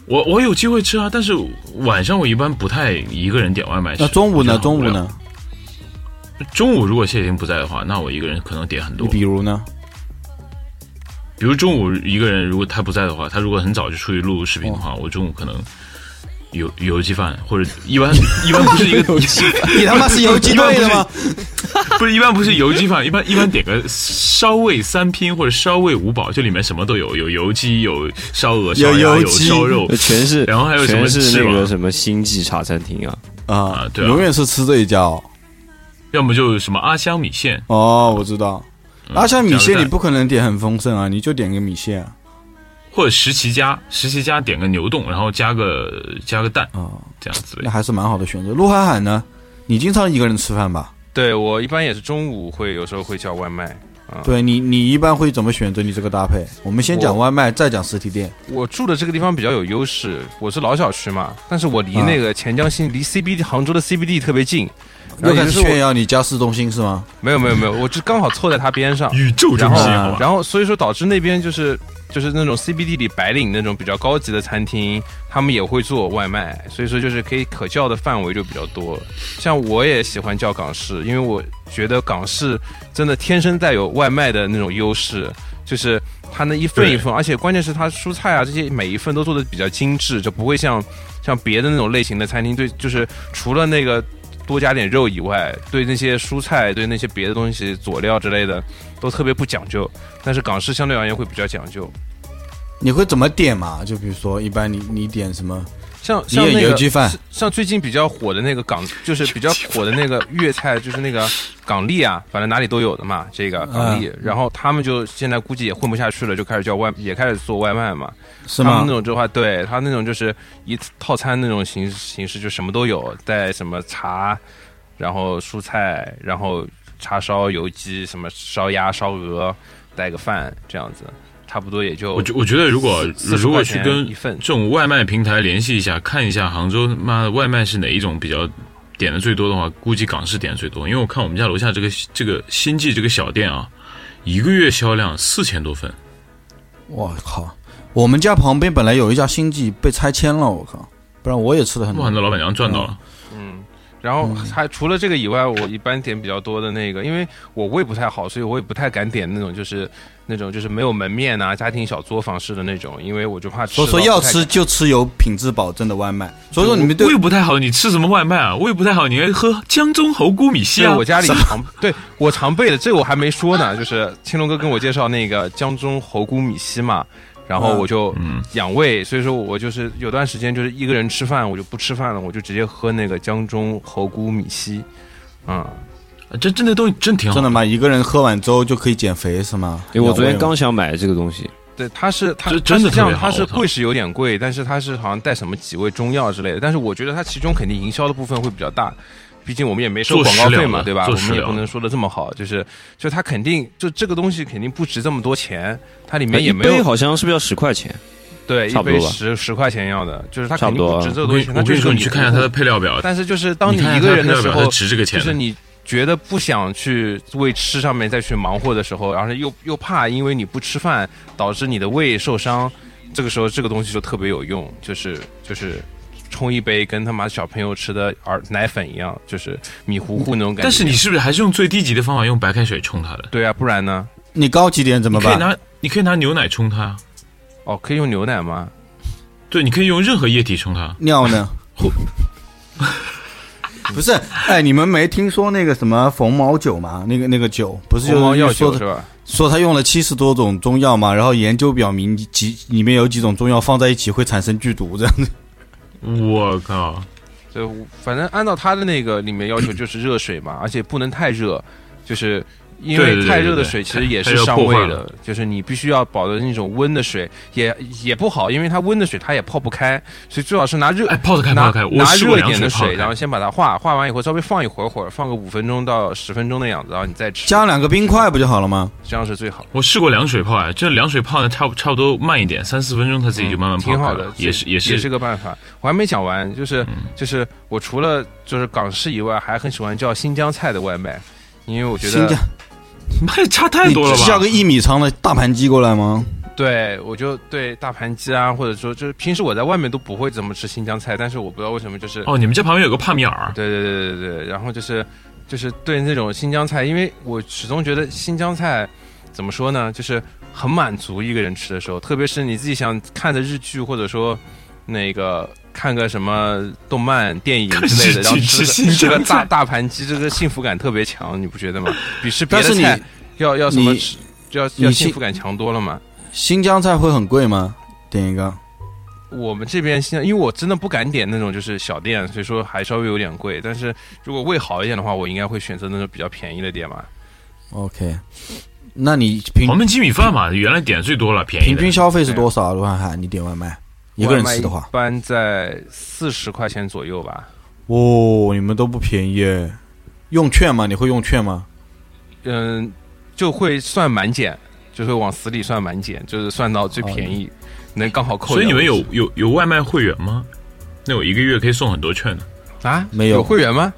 [SPEAKER 7] 我我有机会吃啊，但是晚上我一般不太一个人点外卖吃。
[SPEAKER 4] 那中午呢？
[SPEAKER 7] 我觉得很
[SPEAKER 4] 中午
[SPEAKER 7] 无聊？
[SPEAKER 4] 呢？
[SPEAKER 7] 中午如果谢婷不在的话，那我一个人可能点很
[SPEAKER 4] 你
[SPEAKER 7] 多。
[SPEAKER 4] 比如呢？
[SPEAKER 7] 比如中午一个人，如果他不在的话，他如果很早就出去录视频的话，
[SPEAKER 4] 哦
[SPEAKER 7] 我中午可能有有鸡饭，或者一般一般不是
[SPEAKER 4] [LAUGHS]
[SPEAKER 7] 一个
[SPEAKER 4] 你他妈是游击队的吗？
[SPEAKER 7] 不是一般不是油鸡 [LAUGHS] 饭，一般一般点个烧味三拼或者烧味五宝，就里面什么都有，有油鸡，有烧鹅，烧
[SPEAKER 4] 有
[SPEAKER 7] 鸭，
[SPEAKER 4] 油
[SPEAKER 7] 有
[SPEAKER 4] 鸡
[SPEAKER 7] 烧肉
[SPEAKER 6] 呃，全是，
[SPEAKER 7] 然后还有什么
[SPEAKER 6] 全是
[SPEAKER 7] 翅
[SPEAKER 6] 那个
[SPEAKER 7] 膀
[SPEAKER 6] 什么星际茶餐厅啊，
[SPEAKER 4] [LAUGHS] 啊
[SPEAKER 7] 啊，对啊
[SPEAKER 4] 永远是吃这一家哦。
[SPEAKER 7] 要么就什么阿香米线，
[SPEAKER 4] 哦，我知道。阿香米
[SPEAKER 7] 嗯加个
[SPEAKER 4] 线
[SPEAKER 7] 蛋
[SPEAKER 4] 你不可能点很丰盛啊，你就点个米线啊。
[SPEAKER 7] 或者十奇家，十奇家点个牛冻，然后加个加个蛋，
[SPEAKER 4] 哦
[SPEAKER 7] 这样子
[SPEAKER 4] 那。还是蛮好的选择。陆海海呢？你经常一个人吃饭吧？
[SPEAKER 5] 对我一般也是中午会有时候会叫外卖。
[SPEAKER 4] 对你，你一般会怎么选择你这个搭配？我们先讲
[SPEAKER 5] 我
[SPEAKER 4] 外卖，再讲实体店。
[SPEAKER 5] 我住的这个地方比较有优势，我是老小区嘛，但是我离那个钱江新、离 CBD 杭州的 CBD 特别近。
[SPEAKER 4] 又
[SPEAKER 5] 然后也
[SPEAKER 4] 开
[SPEAKER 5] 就
[SPEAKER 4] 始
[SPEAKER 5] 是
[SPEAKER 4] 炫
[SPEAKER 5] 我
[SPEAKER 4] 耀你家市中心是吗？
[SPEAKER 5] 没有没有没有，我就刚好凑在他边
[SPEAKER 7] [LAUGHS]
[SPEAKER 5] 上。
[SPEAKER 7] 宇宙中
[SPEAKER 5] 然后
[SPEAKER 7] 心，好吧？
[SPEAKER 5] 然后所以说导致那边就是就是那种 CBD 里白领那种比较高级的餐厅，他们也会做外卖，所以说就是可以可叫的范围就比较多。像我也喜欢叫港式，因为我觉得港式真的天生带有外卖的那种优势，就是它那一份
[SPEAKER 7] 对
[SPEAKER 5] 一份，而且关键是它蔬菜啊这些每一份都做的比较精致，就不会像像别的那种类型的餐厅对，就是除了那个。多加点肉以外，对那些蔬菜、对那些别的东西、佐料之类的，都特别不讲究。但是港式相对而言会比较讲究，
[SPEAKER 4] 你会怎么点嘛？就比如说，一般你你点什么？
[SPEAKER 5] 像
[SPEAKER 4] 你
[SPEAKER 5] 像
[SPEAKER 4] 也
[SPEAKER 5] 那
[SPEAKER 4] 有
[SPEAKER 5] 个
[SPEAKER 4] 鸡饭
[SPEAKER 5] 像像最近比较火的那个港，就是比较火的那个粤菜，就是那个港丽啊，反正哪里都有的嘛。这个港丽，然后他们就现在估计也混不下去了，就开始叫外，也开始做外卖嘛。
[SPEAKER 4] 是
[SPEAKER 5] 他
[SPEAKER 4] 吗
[SPEAKER 5] 们那？种的话，对他那种就是一套餐那种形形式，就什么都有，带什么茶，然后蔬菜，然后叉烧、油鸡，什么烧鸭、烧鹅，带个饭这样子，差不多也就
[SPEAKER 7] 我觉我觉得如果
[SPEAKER 5] 40
[SPEAKER 7] 如果
[SPEAKER 5] 块
[SPEAKER 7] 去
[SPEAKER 5] 钱
[SPEAKER 7] 跟
[SPEAKER 5] 一份
[SPEAKER 7] 这种外卖平台联系一下，看一下杭州妈的外卖是哪一种比较点的最多的话，估计港式点的最多。因为我看我们家楼下这个这个新记这个小店啊，一个月销量四千多份，
[SPEAKER 4] 我靠！我们家旁边本来有一家星记被拆迁了，我靠！不然我也吃的
[SPEAKER 5] 嗯
[SPEAKER 4] 很
[SPEAKER 7] 哇，那老板娘赚到了。
[SPEAKER 5] 然
[SPEAKER 4] 嗯
[SPEAKER 5] 后还除了这个以外，我一般点比较多的那个，因为我胃不太好，所以我也不太敢点那种就是那种就是没有门面啊、家庭小作坊式的那种，因为我就怕吃
[SPEAKER 4] 所以
[SPEAKER 5] 到不
[SPEAKER 4] 说
[SPEAKER 5] 太敢。
[SPEAKER 4] 要吃就吃有品质保证的外卖。所以说
[SPEAKER 5] 嗯
[SPEAKER 4] 你们对
[SPEAKER 7] 胃不太好，你吃什么外卖啊？胃不太好，你还喝江中猴菇米
[SPEAKER 5] 对，
[SPEAKER 7] 线啊？
[SPEAKER 5] 我家里常对我常备的，这个我还没说呢，就是青龙哥跟我介绍那个江中猴菇米稀嘛，然
[SPEAKER 4] 嗯
[SPEAKER 5] 后我就养胃，所以说我就是有段时间就是一个人吃饭，我就不吃饭了，我就直接喝那个江中猴菇米稀，嗯，
[SPEAKER 7] 这真的东西真挺好
[SPEAKER 4] 真的吗？一个人喝碗粥就可以减肥是吗？
[SPEAKER 6] 哎因为我昨天
[SPEAKER 4] 养胃
[SPEAKER 6] 刚想买这个东西，
[SPEAKER 5] 对，它是它
[SPEAKER 7] 这
[SPEAKER 5] 它
[SPEAKER 7] 真
[SPEAKER 5] 是
[SPEAKER 7] 的
[SPEAKER 5] 这
[SPEAKER 7] 特
[SPEAKER 5] 样，
[SPEAKER 7] 别好
[SPEAKER 5] 它是
[SPEAKER 7] 我操
[SPEAKER 5] 贵是有点贵，但是它是好像带什么几味中药之类的。但是我觉得它其中肯定营销的部分会比较大，毕竟我们也没收
[SPEAKER 7] 做
[SPEAKER 5] 广告
[SPEAKER 7] 食疗
[SPEAKER 5] 费嘛，
[SPEAKER 7] 的
[SPEAKER 5] 对吧？
[SPEAKER 7] 做
[SPEAKER 5] 我
[SPEAKER 7] 食
[SPEAKER 5] 们也
[SPEAKER 7] 疗
[SPEAKER 5] 不
[SPEAKER 7] 的
[SPEAKER 5] 能说的这么好，就是就它肯定就这个东西肯定不值这么多钱，它里面也
[SPEAKER 6] 哎一
[SPEAKER 5] 没有
[SPEAKER 6] 杯好像是不是要十块钱？
[SPEAKER 5] 对
[SPEAKER 6] 差
[SPEAKER 5] 一
[SPEAKER 6] 不多
[SPEAKER 5] 杯
[SPEAKER 6] 吧
[SPEAKER 5] 十十块钱要的，就是它肯定
[SPEAKER 6] 差不
[SPEAKER 5] 不
[SPEAKER 6] 多啊
[SPEAKER 5] 值这个东
[SPEAKER 7] 我跟
[SPEAKER 5] 西钱。
[SPEAKER 7] 你
[SPEAKER 5] 它
[SPEAKER 7] 我
[SPEAKER 5] 就
[SPEAKER 7] 跟你
[SPEAKER 5] 是
[SPEAKER 7] 说，
[SPEAKER 5] 你
[SPEAKER 7] 你去看一下它的配料表，
[SPEAKER 5] 但是就是当
[SPEAKER 7] 你看
[SPEAKER 5] 一
[SPEAKER 7] 一下
[SPEAKER 5] 个
[SPEAKER 7] 它
[SPEAKER 5] 人
[SPEAKER 7] 配
[SPEAKER 5] 的
[SPEAKER 7] 料
[SPEAKER 5] 时
[SPEAKER 7] 表
[SPEAKER 5] 候
[SPEAKER 7] 它，值这个钱
[SPEAKER 5] 就是
[SPEAKER 7] 的。
[SPEAKER 5] 你觉得不想去为吃上面再去忙活的时候，然后又又怕因为你不吃饭导致你的胃受伤，这个时候这个东西就特别有用，就是就是冲一杯跟他妈小朋友吃的儿奶粉一样，就是米糊糊那种感觉。
[SPEAKER 7] 但是你是不是还是用最低级的方法，用白开水冲它的？
[SPEAKER 5] 对啊，不然呢？
[SPEAKER 4] 你高级点怎
[SPEAKER 7] 你
[SPEAKER 4] 么
[SPEAKER 7] 可以
[SPEAKER 4] 办？
[SPEAKER 7] 拿你可以拿牛奶冲它啊，
[SPEAKER 5] 哦，可以用牛奶吗？
[SPEAKER 7] 对，你可以用任何液体冲它。
[SPEAKER 4] 尿
[SPEAKER 7] [LAUGHS]
[SPEAKER 4] 呢？不是，哎，你们没听说那个什么冯毛酒吗？那个那个酒不是
[SPEAKER 5] 鸿茅
[SPEAKER 4] 就
[SPEAKER 5] 药
[SPEAKER 4] 是说
[SPEAKER 5] 酒
[SPEAKER 4] 的
[SPEAKER 5] 是吧？
[SPEAKER 4] 说他用了七十多种中药嘛，然后研究表明几里面有几种中药放在一起会产生剧毒这样子。
[SPEAKER 7] 我靠！
[SPEAKER 5] 就反正按照他的那个里面要求就是热水嘛，而且不能太热，就是因
[SPEAKER 7] 对对
[SPEAKER 5] 为
[SPEAKER 7] 对
[SPEAKER 5] 太热的
[SPEAKER 7] 对
[SPEAKER 5] 水
[SPEAKER 7] 对
[SPEAKER 5] 其实也
[SPEAKER 7] 太
[SPEAKER 5] 是
[SPEAKER 7] 热
[SPEAKER 5] 伤
[SPEAKER 7] 破
[SPEAKER 5] 胃
[SPEAKER 7] 坏
[SPEAKER 5] 的
[SPEAKER 7] 了，
[SPEAKER 5] 就是你必须要保证那种温的水，也也不好，因为它温的水它也泡不开，所以最好是拿热
[SPEAKER 7] 哎，泡得开，泡
[SPEAKER 5] 拿
[SPEAKER 7] 得开。我
[SPEAKER 5] 拿
[SPEAKER 7] 试
[SPEAKER 5] 热
[SPEAKER 7] 过
[SPEAKER 5] 一
[SPEAKER 7] 凉
[SPEAKER 5] 点的
[SPEAKER 7] 泡得
[SPEAKER 5] 水，
[SPEAKER 7] 开
[SPEAKER 5] 然后先把它化，化完以后稍微放一会儿会儿，放个五分钟到十分钟的样子，然后你再吃，
[SPEAKER 4] 加两个冰块不就好了吗？
[SPEAKER 5] 这样是最好。
[SPEAKER 7] 我试过凉水泡，哎，这凉水泡呢，差不差不多慢一点，三四分钟它自己就
[SPEAKER 6] 嗯
[SPEAKER 7] 慢慢
[SPEAKER 5] 嗯
[SPEAKER 7] 泡
[SPEAKER 5] 挺好
[SPEAKER 7] 开
[SPEAKER 5] 的
[SPEAKER 7] 了，，也是
[SPEAKER 5] 也
[SPEAKER 7] 是嗯
[SPEAKER 5] 是个办法。我还没讲完，就是就是我除了就是港式以外，还很喜欢叫新疆菜的外卖，因为我觉
[SPEAKER 4] 新
[SPEAKER 5] 得
[SPEAKER 4] 疆，
[SPEAKER 7] 妈呀，差太
[SPEAKER 4] 你
[SPEAKER 7] 多了
[SPEAKER 4] 叫
[SPEAKER 7] 吧
[SPEAKER 4] 个？一米长的大盘鸡过来吗？
[SPEAKER 5] 对，我就对大盘鸡啊，或者说就是平时我在外面都不会怎么吃新疆菜，但是我不知道为什么就是，
[SPEAKER 7] 哦，你们家旁边有个帕米尔，
[SPEAKER 5] 对对对对对对，然后就是就是对那种新疆菜，因为我始终觉得新疆菜怎么说呢，就是很满足一个人吃的时候，特别是你自己想看的日剧，或者说那个看个什么动漫、电影之类的，然后
[SPEAKER 7] 看日剧
[SPEAKER 5] 吃个
[SPEAKER 7] 吃新
[SPEAKER 5] 吃个
[SPEAKER 7] 疆菜
[SPEAKER 5] 大大盘鸡，这个幸福感特别强，你不觉得吗？比吃别
[SPEAKER 4] 但
[SPEAKER 5] 的
[SPEAKER 4] 是你
[SPEAKER 5] 菜要要什么
[SPEAKER 4] 你
[SPEAKER 5] 吃要
[SPEAKER 4] 你
[SPEAKER 5] 要
[SPEAKER 4] 信
[SPEAKER 5] 幸福感强多了嘛。
[SPEAKER 4] 新疆菜会很贵吗？点一个，
[SPEAKER 5] 我们这边现在，因为我真的不敢点那种就是小店，所以说还稍微有点贵。但是如果胃好一点的话，我应该会选择那种比较便宜的店嘛。
[SPEAKER 4] OK，那你平
[SPEAKER 7] 黄焖哦鸡米饭嘛，原来点最多了，便宜
[SPEAKER 4] 平
[SPEAKER 7] 的
[SPEAKER 4] 均消费是多少啊？罗汉海，你点外卖一个人吃的
[SPEAKER 5] 外卖
[SPEAKER 4] 话
[SPEAKER 5] 一，般在四十块钱左右吧。
[SPEAKER 4] 哦，你们都不便宜耶。用券吗？你会用券吗？
[SPEAKER 5] 嗯，就会算满减，就会往死里算满减，就是算到最便宜，能刚好扣掉。
[SPEAKER 7] 所以你们有有有外卖会员吗？那我一个月可以送很多券的。
[SPEAKER 5] 啊？
[SPEAKER 4] 没有
[SPEAKER 5] 会员吗？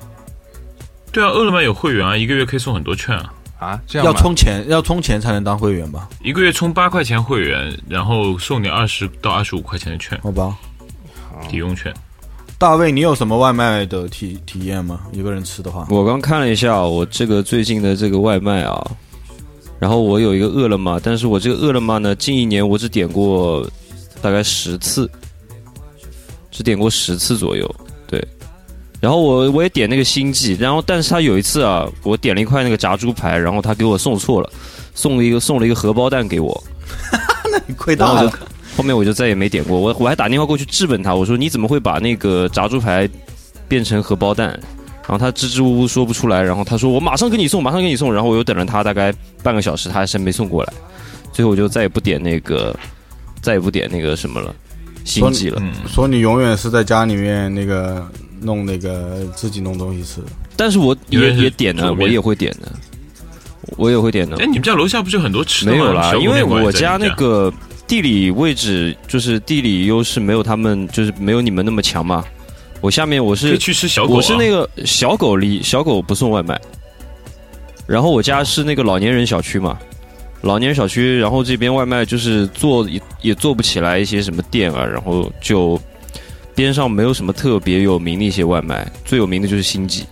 [SPEAKER 7] 对啊，饿了么有会员啊，一个月可以送很多券啊，
[SPEAKER 5] 啊，这样
[SPEAKER 4] 要
[SPEAKER 5] 吗？
[SPEAKER 4] 充钱，要充钱才能当会员吧？
[SPEAKER 7] 一个月充八块钱会员，然后送你二十到二十五块钱的券，
[SPEAKER 4] 好吧。
[SPEAKER 6] 哦
[SPEAKER 7] 抵用券。
[SPEAKER 4] 大卫，你有什么外卖的体体验吗？一个人吃的话，
[SPEAKER 6] 我刚看了一下我这个最近的这个外卖啊，然后我有一个饿了么，但是我这个饿了么呢，近一年我只点过大概十次，只点过十次左右，对。然后我我也点那个星际，然后但是他有一次啊，我点了一块那个炸猪排，然后他给我送错了，送了一个送了一个荷包蛋给我，
[SPEAKER 4] 你亏
[SPEAKER 6] 然
[SPEAKER 4] 大
[SPEAKER 6] 后我
[SPEAKER 4] 了
[SPEAKER 6] 就。后面我就再也没点过，我我还打电话过去质问他，我说你怎么会把那个炸猪排变成荷包蛋？然后他支支吾吾说不出来，然后他说我马上给你送，马上给你送，然后我又等了他大概半个小时，他还是没送过来，最后我就再也不点那个，再也不点那个什么了，心悸了。
[SPEAKER 4] 说你永远是在家里面那个弄那个自己弄东西吃。
[SPEAKER 6] 但是我
[SPEAKER 7] 有
[SPEAKER 6] 也
[SPEAKER 7] 点
[SPEAKER 6] 也点的，
[SPEAKER 7] 左
[SPEAKER 6] 我
[SPEAKER 7] 边
[SPEAKER 6] 也会点的，我也会点的
[SPEAKER 7] 哎，。你们家楼下不是有很多吃的吗？
[SPEAKER 6] 没有啦，
[SPEAKER 7] 小
[SPEAKER 6] 因
[SPEAKER 7] 古
[SPEAKER 6] 为
[SPEAKER 7] 面馆
[SPEAKER 6] 我
[SPEAKER 7] 在
[SPEAKER 6] 家
[SPEAKER 7] 你
[SPEAKER 6] 那个地理位置就是地理优势没有他们，就是没有你们那么强嘛。我下面我
[SPEAKER 7] 可以
[SPEAKER 6] 是
[SPEAKER 7] 去吃小狗、啊，
[SPEAKER 6] 我是那个小狗离小狗不送外卖，然后我
[SPEAKER 7] 哦
[SPEAKER 6] 家是那个老年人小区嘛，老年人小区，然后这边外卖就是做也也做不起来一些什么店啊，然后就边上没有什么特别有名的一些外卖，最有名的就是星际，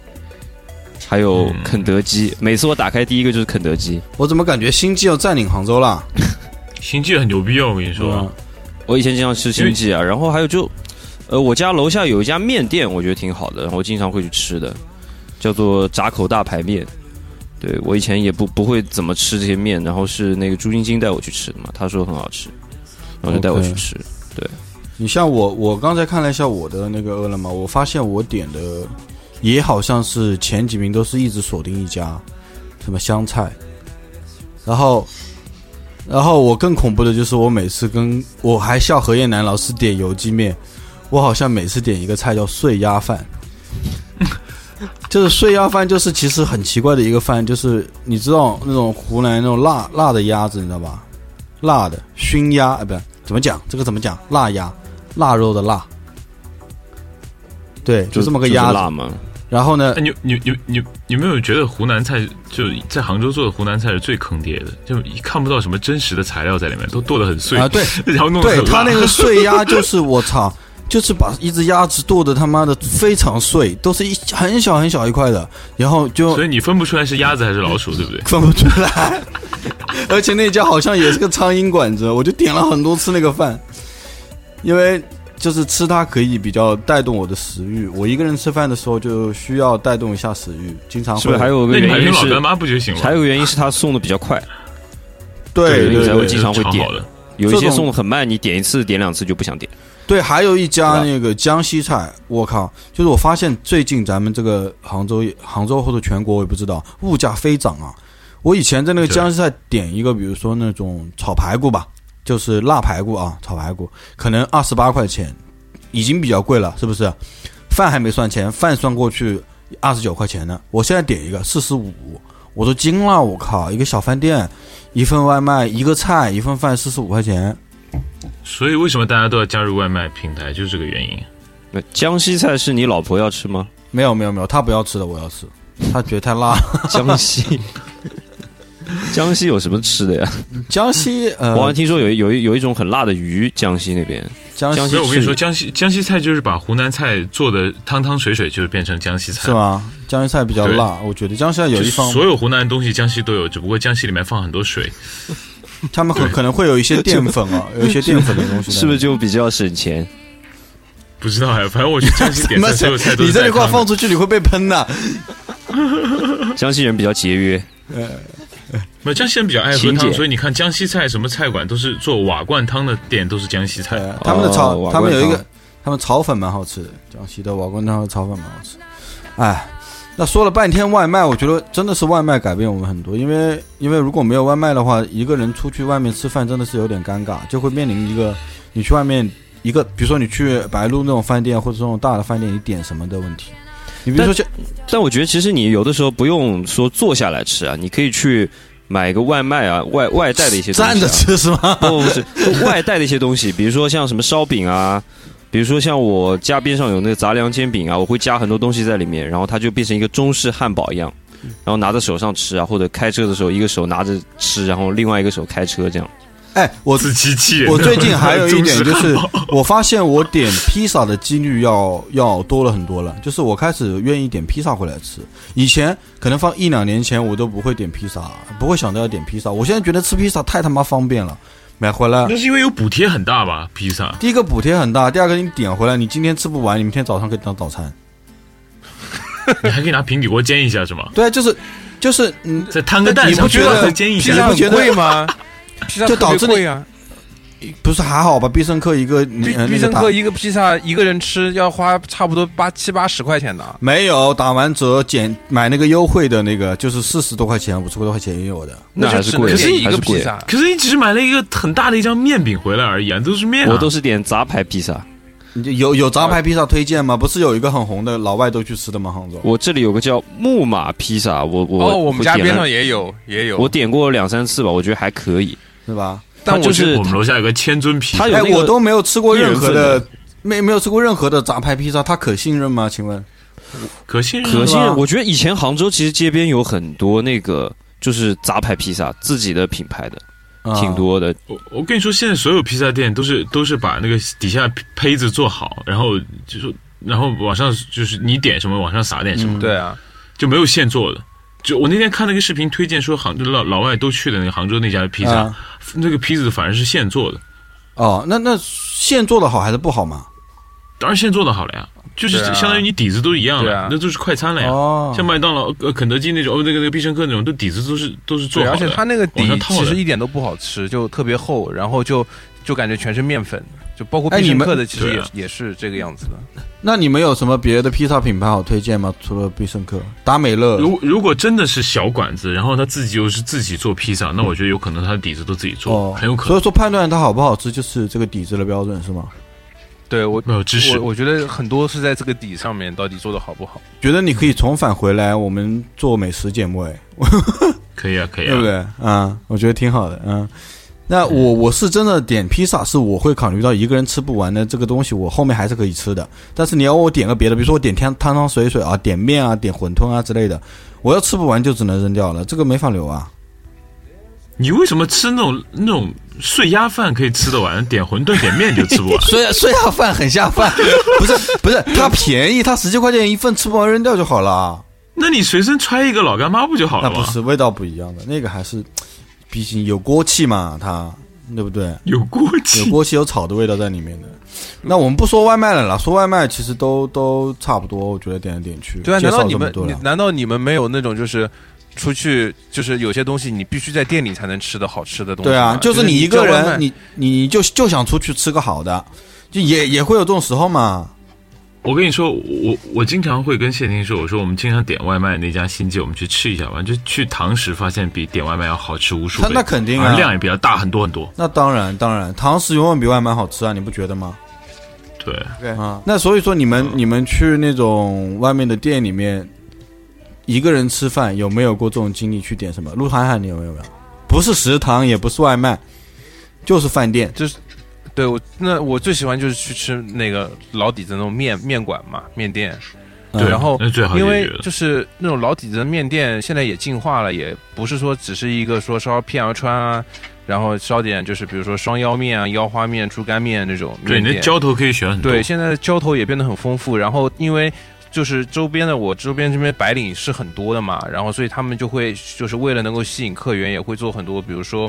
[SPEAKER 6] 还有
[SPEAKER 7] 嗯
[SPEAKER 6] 肯德基。每次我打开第一个就是肯德基，
[SPEAKER 4] 我怎么感觉星际要占领杭州了？
[SPEAKER 7] 星际很牛逼哦，我跟你说。
[SPEAKER 4] 嗯
[SPEAKER 6] 我以前经常吃星记啊，然后还有就，呃，我家楼下有一家面店，我觉得挺好的，我经常会去吃的，叫做闸口大排面。对我以前也不不会怎么吃这些面，然后是那个朱晶晶带我去吃的嘛，她说很好吃，然后就带我去吃。
[SPEAKER 4] 你像我，我刚才看了一下我的那个饿了么，我发现我点的也好像是前几名都是一直锁定一家，什么湘菜，然后然后我更恐怖的就是，我每次跟我还笑何燕南老师点油鸡面，我好像每次点一个菜叫碎鸭饭， [LAUGHS] 就是碎鸭饭，就是其实很奇怪的一个饭，就是你知道那种湖南那种辣辣的鸭子，你知道吧？辣的熏鸭，哎，不是怎么讲这个怎么讲？腊鸭，腊肉的腊，对，就这么个
[SPEAKER 6] 就是
[SPEAKER 4] 鸭子。
[SPEAKER 6] 辣嘛，
[SPEAKER 4] 然后呢
[SPEAKER 7] 哎，，你你你你你没有觉得湖南菜就在杭州做的湖南菜是最坑爹的，就看不到什么真实的材料在里面，都剁得很碎
[SPEAKER 4] 啊对，
[SPEAKER 7] [LAUGHS] 然后弄得
[SPEAKER 4] 对
[SPEAKER 7] 很
[SPEAKER 4] 他
[SPEAKER 7] 辣
[SPEAKER 4] 那个碎鸭就是我操，就是把一只鸭子剁的他妈的非常碎，都是一很小很小一块的，然后就
[SPEAKER 7] 所以你分不出来是鸭子还是老鼠，对不对？
[SPEAKER 4] 分不出来。 [LAUGHS] 而且那家好像也是个苍蝇馆子，我就点了很多次那个饭，因为就是吃它可以比较带动我的食欲。我一个人吃饭的时候就需要带动一下食欲，经常会
[SPEAKER 6] 是不是还有
[SPEAKER 7] 那
[SPEAKER 6] 个
[SPEAKER 7] 你买
[SPEAKER 6] 原
[SPEAKER 7] 瓶
[SPEAKER 6] 因
[SPEAKER 7] 老干
[SPEAKER 6] 是，
[SPEAKER 7] 妈不就行
[SPEAKER 6] 还
[SPEAKER 7] 了？
[SPEAKER 6] 有个原因是他送的比较快，
[SPEAKER 4] 对
[SPEAKER 6] 你
[SPEAKER 4] 对
[SPEAKER 6] 才会
[SPEAKER 4] 对
[SPEAKER 6] 经常会
[SPEAKER 7] 炒
[SPEAKER 6] 点
[SPEAKER 7] 好的，
[SPEAKER 6] 有一
[SPEAKER 4] 这
[SPEAKER 6] 些
[SPEAKER 4] 种
[SPEAKER 6] 送的很慢，你点一次点两次就不想点。
[SPEAKER 4] 对，还有一家
[SPEAKER 6] 对
[SPEAKER 4] 那个江西菜，我靠！就是我发现最近咱们这个杭州也、杭州或者全国，我也不知道，物价飞涨啊！我以前在那个
[SPEAKER 7] 对
[SPEAKER 4] 江西菜点一个，比如说那种炒排骨吧，就是辣排骨啊，炒排骨可能二十八块钱，已经比较贵了，是不是？饭还没算钱，饭算过去二十九块钱呢。我现在点一个四十五，我都惊了，我靠！一个小饭店，一份外卖，一个菜，一份饭四十五块钱，
[SPEAKER 7] 所以为什么大家都要加入外卖平台，就是这个原因。
[SPEAKER 6] 那江西菜是你老婆要吃吗？
[SPEAKER 4] 没有没有没有，他不要吃的，我要吃。他觉得太辣。
[SPEAKER 6] 江西， [LAUGHS] 江西有什么吃的呀？
[SPEAKER 4] 江西
[SPEAKER 6] 我好像
[SPEAKER 4] 呃，
[SPEAKER 6] 听说有一有一有一种很辣的鱼，江西那边
[SPEAKER 4] 江
[SPEAKER 6] 江
[SPEAKER 4] 西
[SPEAKER 6] 西
[SPEAKER 7] 所以我跟你说，
[SPEAKER 6] 是
[SPEAKER 7] 江西江西菜就是把湖南菜做的汤汤水水，就是变成江西菜
[SPEAKER 4] 是
[SPEAKER 7] 了。
[SPEAKER 4] 吗？江西菜比较辣，我觉得江西菜有
[SPEAKER 7] 就
[SPEAKER 4] 一方，
[SPEAKER 7] 所有湖南的东西江西都有，只不过江西里面放很多水。
[SPEAKER 4] 他们可可能会有一些淀粉啊，有一些淀粉的东西在里面，
[SPEAKER 6] 是不是就比较省钱？
[SPEAKER 7] 不知道呀，反正我去江西
[SPEAKER 4] [LAUGHS]
[SPEAKER 7] 点菜，所有菜
[SPEAKER 4] 什
[SPEAKER 7] 都
[SPEAKER 4] 么？你
[SPEAKER 7] 是
[SPEAKER 4] 这句
[SPEAKER 7] 带
[SPEAKER 4] 话
[SPEAKER 7] 汤
[SPEAKER 4] 放
[SPEAKER 7] 的。
[SPEAKER 4] 出去你会被喷的。
[SPEAKER 6] 江西人比较节约，
[SPEAKER 7] 没有江西人比较爱喝
[SPEAKER 6] 勤
[SPEAKER 7] 汤，
[SPEAKER 6] 俭
[SPEAKER 7] 所以你看江西菜什么菜馆都是做瓦罐汤的店都是江西菜。
[SPEAKER 4] 呃他们的
[SPEAKER 6] 哦
[SPEAKER 4] 炒，
[SPEAKER 6] 瓦
[SPEAKER 4] 他们有一
[SPEAKER 6] 罐
[SPEAKER 4] 个
[SPEAKER 6] 汤，
[SPEAKER 4] 他们炒粉蛮好吃的，江西的瓦罐汤和炒粉蛮好吃。哎，那说了半天外卖，我觉得真的是外卖改变我们很多，因为因为如果没有外卖的话，一个人出去外面吃饭真的是有点尴尬，就会面临一个你去外面一个，比如说你去白鹿那种饭店或者这种大的饭店，你点什么的问题。你比如说像
[SPEAKER 6] 但我觉得其实你有的时候不用说坐下来吃啊，你可以去买个外卖啊，外外带的一些 [LAUGHS] 东西、啊。
[SPEAKER 4] 站着吃是吗？ [LAUGHS]
[SPEAKER 6] 不不是，就外带的一些东西，比如说像什么烧饼啊，比如说像我家边上有那个杂粮煎饼啊，我会加很多东西在里面，然后它就变成一个中式汉堡一样，然后拿在手上吃啊，或者开车的时候一个手拿着吃，然后另外一个手开车这样。
[SPEAKER 4] 哎，我
[SPEAKER 7] 自欺欺人。
[SPEAKER 4] 我最近还有一点
[SPEAKER 7] [LAUGHS] 中式
[SPEAKER 4] 就
[SPEAKER 7] 汉
[SPEAKER 4] 是
[SPEAKER 7] 堡，
[SPEAKER 4] 我发现我点披萨的几率要要多了很多了，就是我开始愿意点披萨回来吃。以前可能放一两年前我都不会点披萨，不会想到要点披萨。我现在觉得吃披萨太他妈方便了，买回来
[SPEAKER 5] 嗯
[SPEAKER 7] 那是因为有补贴很大吧？披萨
[SPEAKER 4] 第一个补贴很大，第二个你点回来你今天吃不完，你明天早上可以当早餐。
[SPEAKER 7] 你还可以拿平底锅煎一下是吗？
[SPEAKER 4] 对啊，就是就是嗯，
[SPEAKER 7] 再摊个蛋
[SPEAKER 4] 你
[SPEAKER 7] 上
[SPEAKER 4] 不
[SPEAKER 7] 去，
[SPEAKER 4] 觉得
[SPEAKER 7] 再煎一
[SPEAKER 5] 披
[SPEAKER 7] 下
[SPEAKER 5] 萨
[SPEAKER 4] 你。不觉得
[SPEAKER 5] 很贵
[SPEAKER 4] [LAUGHS]
[SPEAKER 5] 吗？披萨
[SPEAKER 4] 就导致
[SPEAKER 5] 特别贵啊！
[SPEAKER 4] 不是还好吧？必胜客一个
[SPEAKER 5] 必
[SPEAKER 4] 你呃
[SPEAKER 5] 必
[SPEAKER 4] 那个
[SPEAKER 5] 胜
[SPEAKER 4] 打
[SPEAKER 5] 客一个披萨一个人吃要花差不多八七八十块钱的，
[SPEAKER 4] 没有打完折减买那个优惠的那个就是四十多块钱五十多块钱也有的。
[SPEAKER 6] 那还
[SPEAKER 5] 就是只
[SPEAKER 6] 贵
[SPEAKER 5] 能
[SPEAKER 6] 的，
[SPEAKER 5] 点一
[SPEAKER 6] 还
[SPEAKER 5] 个
[SPEAKER 6] 是
[SPEAKER 5] 披
[SPEAKER 6] 贵的。
[SPEAKER 5] 萨。
[SPEAKER 7] 可是你只是买了一个很大的一张面饼回来而已啊，都是面啊。
[SPEAKER 6] 我都是点杂牌披萨，
[SPEAKER 4] 你就有有杂牌披萨推荐吗？不是有一个很红的，老外都去吃的吗？杭州
[SPEAKER 6] 我这里有个叫木马披萨，我我
[SPEAKER 5] 哦，我们家
[SPEAKER 6] 点
[SPEAKER 5] 边
[SPEAKER 6] 了
[SPEAKER 5] 上也有也有
[SPEAKER 6] 我，点过两三次吧，我觉得还可以。
[SPEAKER 4] 是吧？
[SPEAKER 5] 但
[SPEAKER 6] 它
[SPEAKER 5] 我
[SPEAKER 6] 就
[SPEAKER 5] 觉得
[SPEAKER 6] 是
[SPEAKER 7] 我们楼下有个千尊披萨
[SPEAKER 6] 它，有
[SPEAKER 4] 哎，
[SPEAKER 6] 那个
[SPEAKER 4] 我都没有吃过任何
[SPEAKER 6] 一人份
[SPEAKER 4] 的，没没有吃过任何的杂牌披萨，它可信任吗？请问？
[SPEAKER 7] 可信任
[SPEAKER 6] 可
[SPEAKER 7] 吗
[SPEAKER 6] 信任，我觉得以前杭州其实街边有很多那个就是杂牌披萨，自己的品牌的
[SPEAKER 4] 啊
[SPEAKER 6] 挺。多的，
[SPEAKER 7] 我我跟你说，现在所有披萨店都是都是把那个底下胚子做好，然后就是然后往上就是你点什么往上撒点什么，
[SPEAKER 5] 对啊，
[SPEAKER 7] 就没有现做的。就我那天看那个视频推荐说杭州老老外都去的那个杭州那家披萨，
[SPEAKER 4] 啊
[SPEAKER 7] 那个披萨反而是现做的，
[SPEAKER 4] 哦，那那现做的好还是不好嘛？
[SPEAKER 7] 当然现做的好了呀，就是
[SPEAKER 5] 对啊
[SPEAKER 7] 相当于你底子都一样
[SPEAKER 5] 对
[SPEAKER 7] 了，
[SPEAKER 5] 啊
[SPEAKER 7] 那都是快餐了呀。
[SPEAKER 4] 哦，
[SPEAKER 7] 像麦当劳、呃肯德基那种，哦，那个那个必胜客那种，都底子都是都是做
[SPEAKER 5] 对，
[SPEAKER 7] 好
[SPEAKER 5] 而
[SPEAKER 7] 的。
[SPEAKER 5] 且它那个底
[SPEAKER 7] 往上套的
[SPEAKER 5] 其实一点都不好吃，就特别厚，然后就就感觉全是面粉。就包括
[SPEAKER 4] 哎
[SPEAKER 5] 必
[SPEAKER 4] 你
[SPEAKER 5] 胜
[SPEAKER 4] 们
[SPEAKER 5] 客的，其实
[SPEAKER 7] 对
[SPEAKER 5] 也
[SPEAKER 7] 啊
[SPEAKER 5] 也是这个样子的。
[SPEAKER 4] 那你们有什么别的披萨品牌好推荐吗？除了必胜客、达美乐，
[SPEAKER 7] 如如果真的是小馆子，然后他自己又是自己做披
[SPEAKER 5] 嗯
[SPEAKER 7] 萨，那我觉得有可能他的底子都自己做，
[SPEAKER 4] 哦，
[SPEAKER 7] 很有可
[SPEAKER 4] 所以
[SPEAKER 7] 能
[SPEAKER 4] 说判断它好不好吃，就是这个底子的标准是吗？
[SPEAKER 5] 对我
[SPEAKER 7] 没有知识
[SPEAKER 5] 我。我觉得很多是在这个底上面到底做的好不好。
[SPEAKER 4] 觉得你可以重返回来，我们做美食节目，哎，
[SPEAKER 7] 可以啊，可以啊，
[SPEAKER 4] 对不对？嗯，我觉得挺好的，嗯。那我我是真的点披萨，是我会考虑到一个人吃不完的这个东西，我后面还是可以吃的。但是你要我点个别的，比如说我点汤汤汤水水啊，点面啊，点馄饨啊之类的，我要吃不完就只能扔掉了，这个没法留啊。？
[SPEAKER 7] 你为什么吃那种那种碎鸭饭可以吃得完，点馄饨点面就吃不
[SPEAKER 5] [LAUGHS]
[SPEAKER 7] 完
[SPEAKER 4] 虽然虽然饭很下饭， [LAUGHS] 不是不是，它便宜，它十几块钱一份，吃不完扔掉就好了啊。
[SPEAKER 7] 那你随身揣一个老干妈不就好
[SPEAKER 4] 那
[SPEAKER 7] 了
[SPEAKER 4] 不
[SPEAKER 7] 吗？
[SPEAKER 4] 是味道不一样的，那个还是，毕竟有锅气嘛，它对不对？
[SPEAKER 7] 有锅
[SPEAKER 4] 有
[SPEAKER 7] 气，
[SPEAKER 4] 锅气有草的味道在里面的。那我们不说外卖了啦，说外卖其实都都差不多，我觉得点来点去。
[SPEAKER 5] 对啊，
[SPEAKER 4] 介
[SPEAKER 5] 难
[SPEAKER 4] 绍
[SPEAKER 5] 道你
[SPEAKER 4] 这么
[SPEAKER 5] 们
[SPEAKER 4] 多
[SPEAKER 5] 你
[SPEAKER 4] 了
[SPEAKER 5] 难道你们没有那种就是出去就是有些东西你必须在店里才能吃的好吃的东西吗？
[SPEAKER 4] 对啊，就是
[SPEAKER 5] 是
[SPEAKER 4] 你一
[SPEAKER 5] 叫
[SPEAKER 4] 个
[SPEAKER 5] 外卖
[SPEAKER 4] 人，你你就就想出去吃个好的，就也也会有这种时候嘛。
[SPEAKER 7] 我跟你说，我我经常会跟谢婷说，我说我们经常点外卖那家新街，我们去吃一下吧。就去堂食，发现比点外卖要好吃无数倍，
[SPEAKER 4] 那那肯定啊
[SPEAKER 7] 反而量也比较大很多很多。
[SPEAKER 4] 那当然当然，堂食永远比外卖好吃啊，你不觉得吗？
[SPEAKER 7] 对，
[SPEAKER 4] 啊，那所以说你
[SPEAKER 5] 嗯
[SPEAKER 4] 们你们去那种外面的店里面，一个人吃饭有没有过这种经历？去点什么？陆涵涵，你有没有？不是食堂，也不是外卖，就是饭店。
[SPEAKER 5] 对我那我最喜欢就是去吃那个老底子那种面面馆嘛面店，
[SPEAKER 4] 嗯
[SPEAKER 7] 对
[SPEAKER 5] 然后
[SPEAKER 7] 那最好
[SPEAKER 5] 因
[SPEAKER 7] 解
[SPEAKER 5] 为
[SPEAKER 7] 决了
[SPEAKER 5] 就是那种老底子的面店，现在也进化了，也不是说只是一个说烧片儿川啊，然后烧点就是比如说双腰面啊、腰花面、猪肝面这种
[SPEAKER 7] 对，
[SPEAKER 5] 面
[SPEAKER 7] 你的
[SPEAKER 5] 店。
[SPEAKER 7] 浇头可以选很
[SPEAKER 5] 嗯
[SPEAKER 7] 多。
[SPEAKER 5] 对，现在的浇头也变得很丰富，然后因为。就是周边的，我周边这边白领是很多的嘛，然后所以他们就会就是为了能够吸引客源，也会做很多，比如说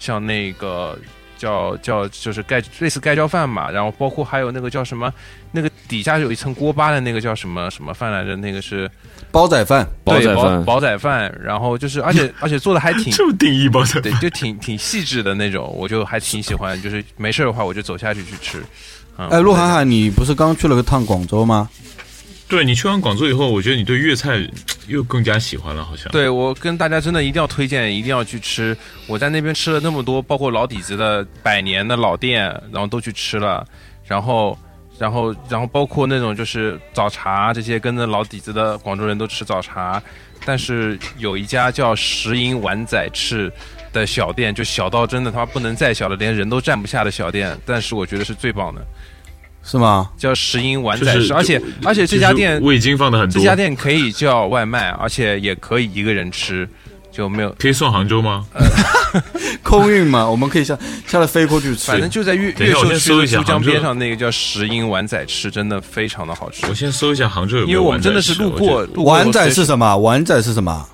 [SPEAKER 5] 像那个叫叫就是盖类似盖浇饭嘛，然后包括还有那个叫什么，那个底下有一层锅巴的那个叫什么什么饭来着，那个是
[SPEAKER 4] 煲仔饭，
[SPEAKER 6] 煲仔
[SPEAKER 5] 对
[SPEAKER 6] 饭
[SPEAKER 5] 煲仔饭，然后就是而
[SPEAKER 6] [LAUGHS]
[SPEAKER 5] 且而且做的还挺
[SPEAKER 7] 这么定义包的，
[SPEAKER 5] 对，就挺挺细致的那种，我就还挺喜欢，就是没事儿的话我就走下去去吃。嗯
[SPEAKER 4] 哎，陆涵涵，你不是刚去了个趟广州吗？
[SPEAKER 7] 对你去完广州以后，我觉得你对粤菜又更加喜欢了，好像。
[SPEAKER 5] 对我跟大家真的一定要推荐，一定要去吃。我在那边吃了那么多，包括老底子的百年的老店，然后都去吃了，然后。然后，然后包括那种就是早茶这些，跟着老底子的广州人都吃早茶，但是有一家叫石营碗仔翅的小店，就小到真的他妈不能再小了，连人都站不下的小店，但是我觉得是最棒的，
[SPEAKER 4] 是吗？
[SPEAKER 5] 叫石营碗
[SPEAKER 7] 就
[SPEAKER 5] 仔
[SPEAKER 7] 是，
[SPEAKER 5] 翅，而且
[SPEAKER 7] 就
[SPEAKER 5] 而且这家店
[SPEAKER 7] 就是味精放的很
[SPEAKER 5] 这
[SPEAKER 7] 多。
[SPEAKER 5] 家店可以叫外卖，而且也可以一个人吃，就没有，
[SPEAKER 7] 可以送杭州吗？
[SPEAKER 5] 呃
[SPEAKER 4] 空运嘛， [LAUGHS] 我们可以下下来飞过去吃。
[SPEAKER 5] 反正就在越
[SPEAKER 7] 等一
[SPEAKER 5] 越
[SPEAKER 7] 下我
[SPEAKER 5] 秀
[SPEAKER 7] 先
[SPEAKER 5] 区
[SPEAKER 7] 搜
[SPEAKER 5] 的
[SPEAKER 7] 一下
[SPEAKER 5] 珠江
[SPEAKER 7] 杭州
[SPEAKER 5] 边上那个叫石英碗仔翅，真的非常的好吃
[SPEAKER 7] 我。先搜一下杭州有没
[SPEAKER 5] 因为
[SPEAKER 7] 有
[SPEAKER 5] 我
[SPEAKER 7] 碗
[SPEAKER 5] 们
[SPEAKER 7] 仔
[SPEAKER 5] 真的
[SPEAKER 7] 翅。
[SPEAKER 5] 是路
[SPEAKER 7] 我觉
[SPEAKER 5] 过
[SPEAKER 7] 得，
[SPEAKER 5] 路过
[SPEAKER 4] 碗仔是
[SPEAKER 5] 随
[SPEAKER 4] 什么？碗仔是什么？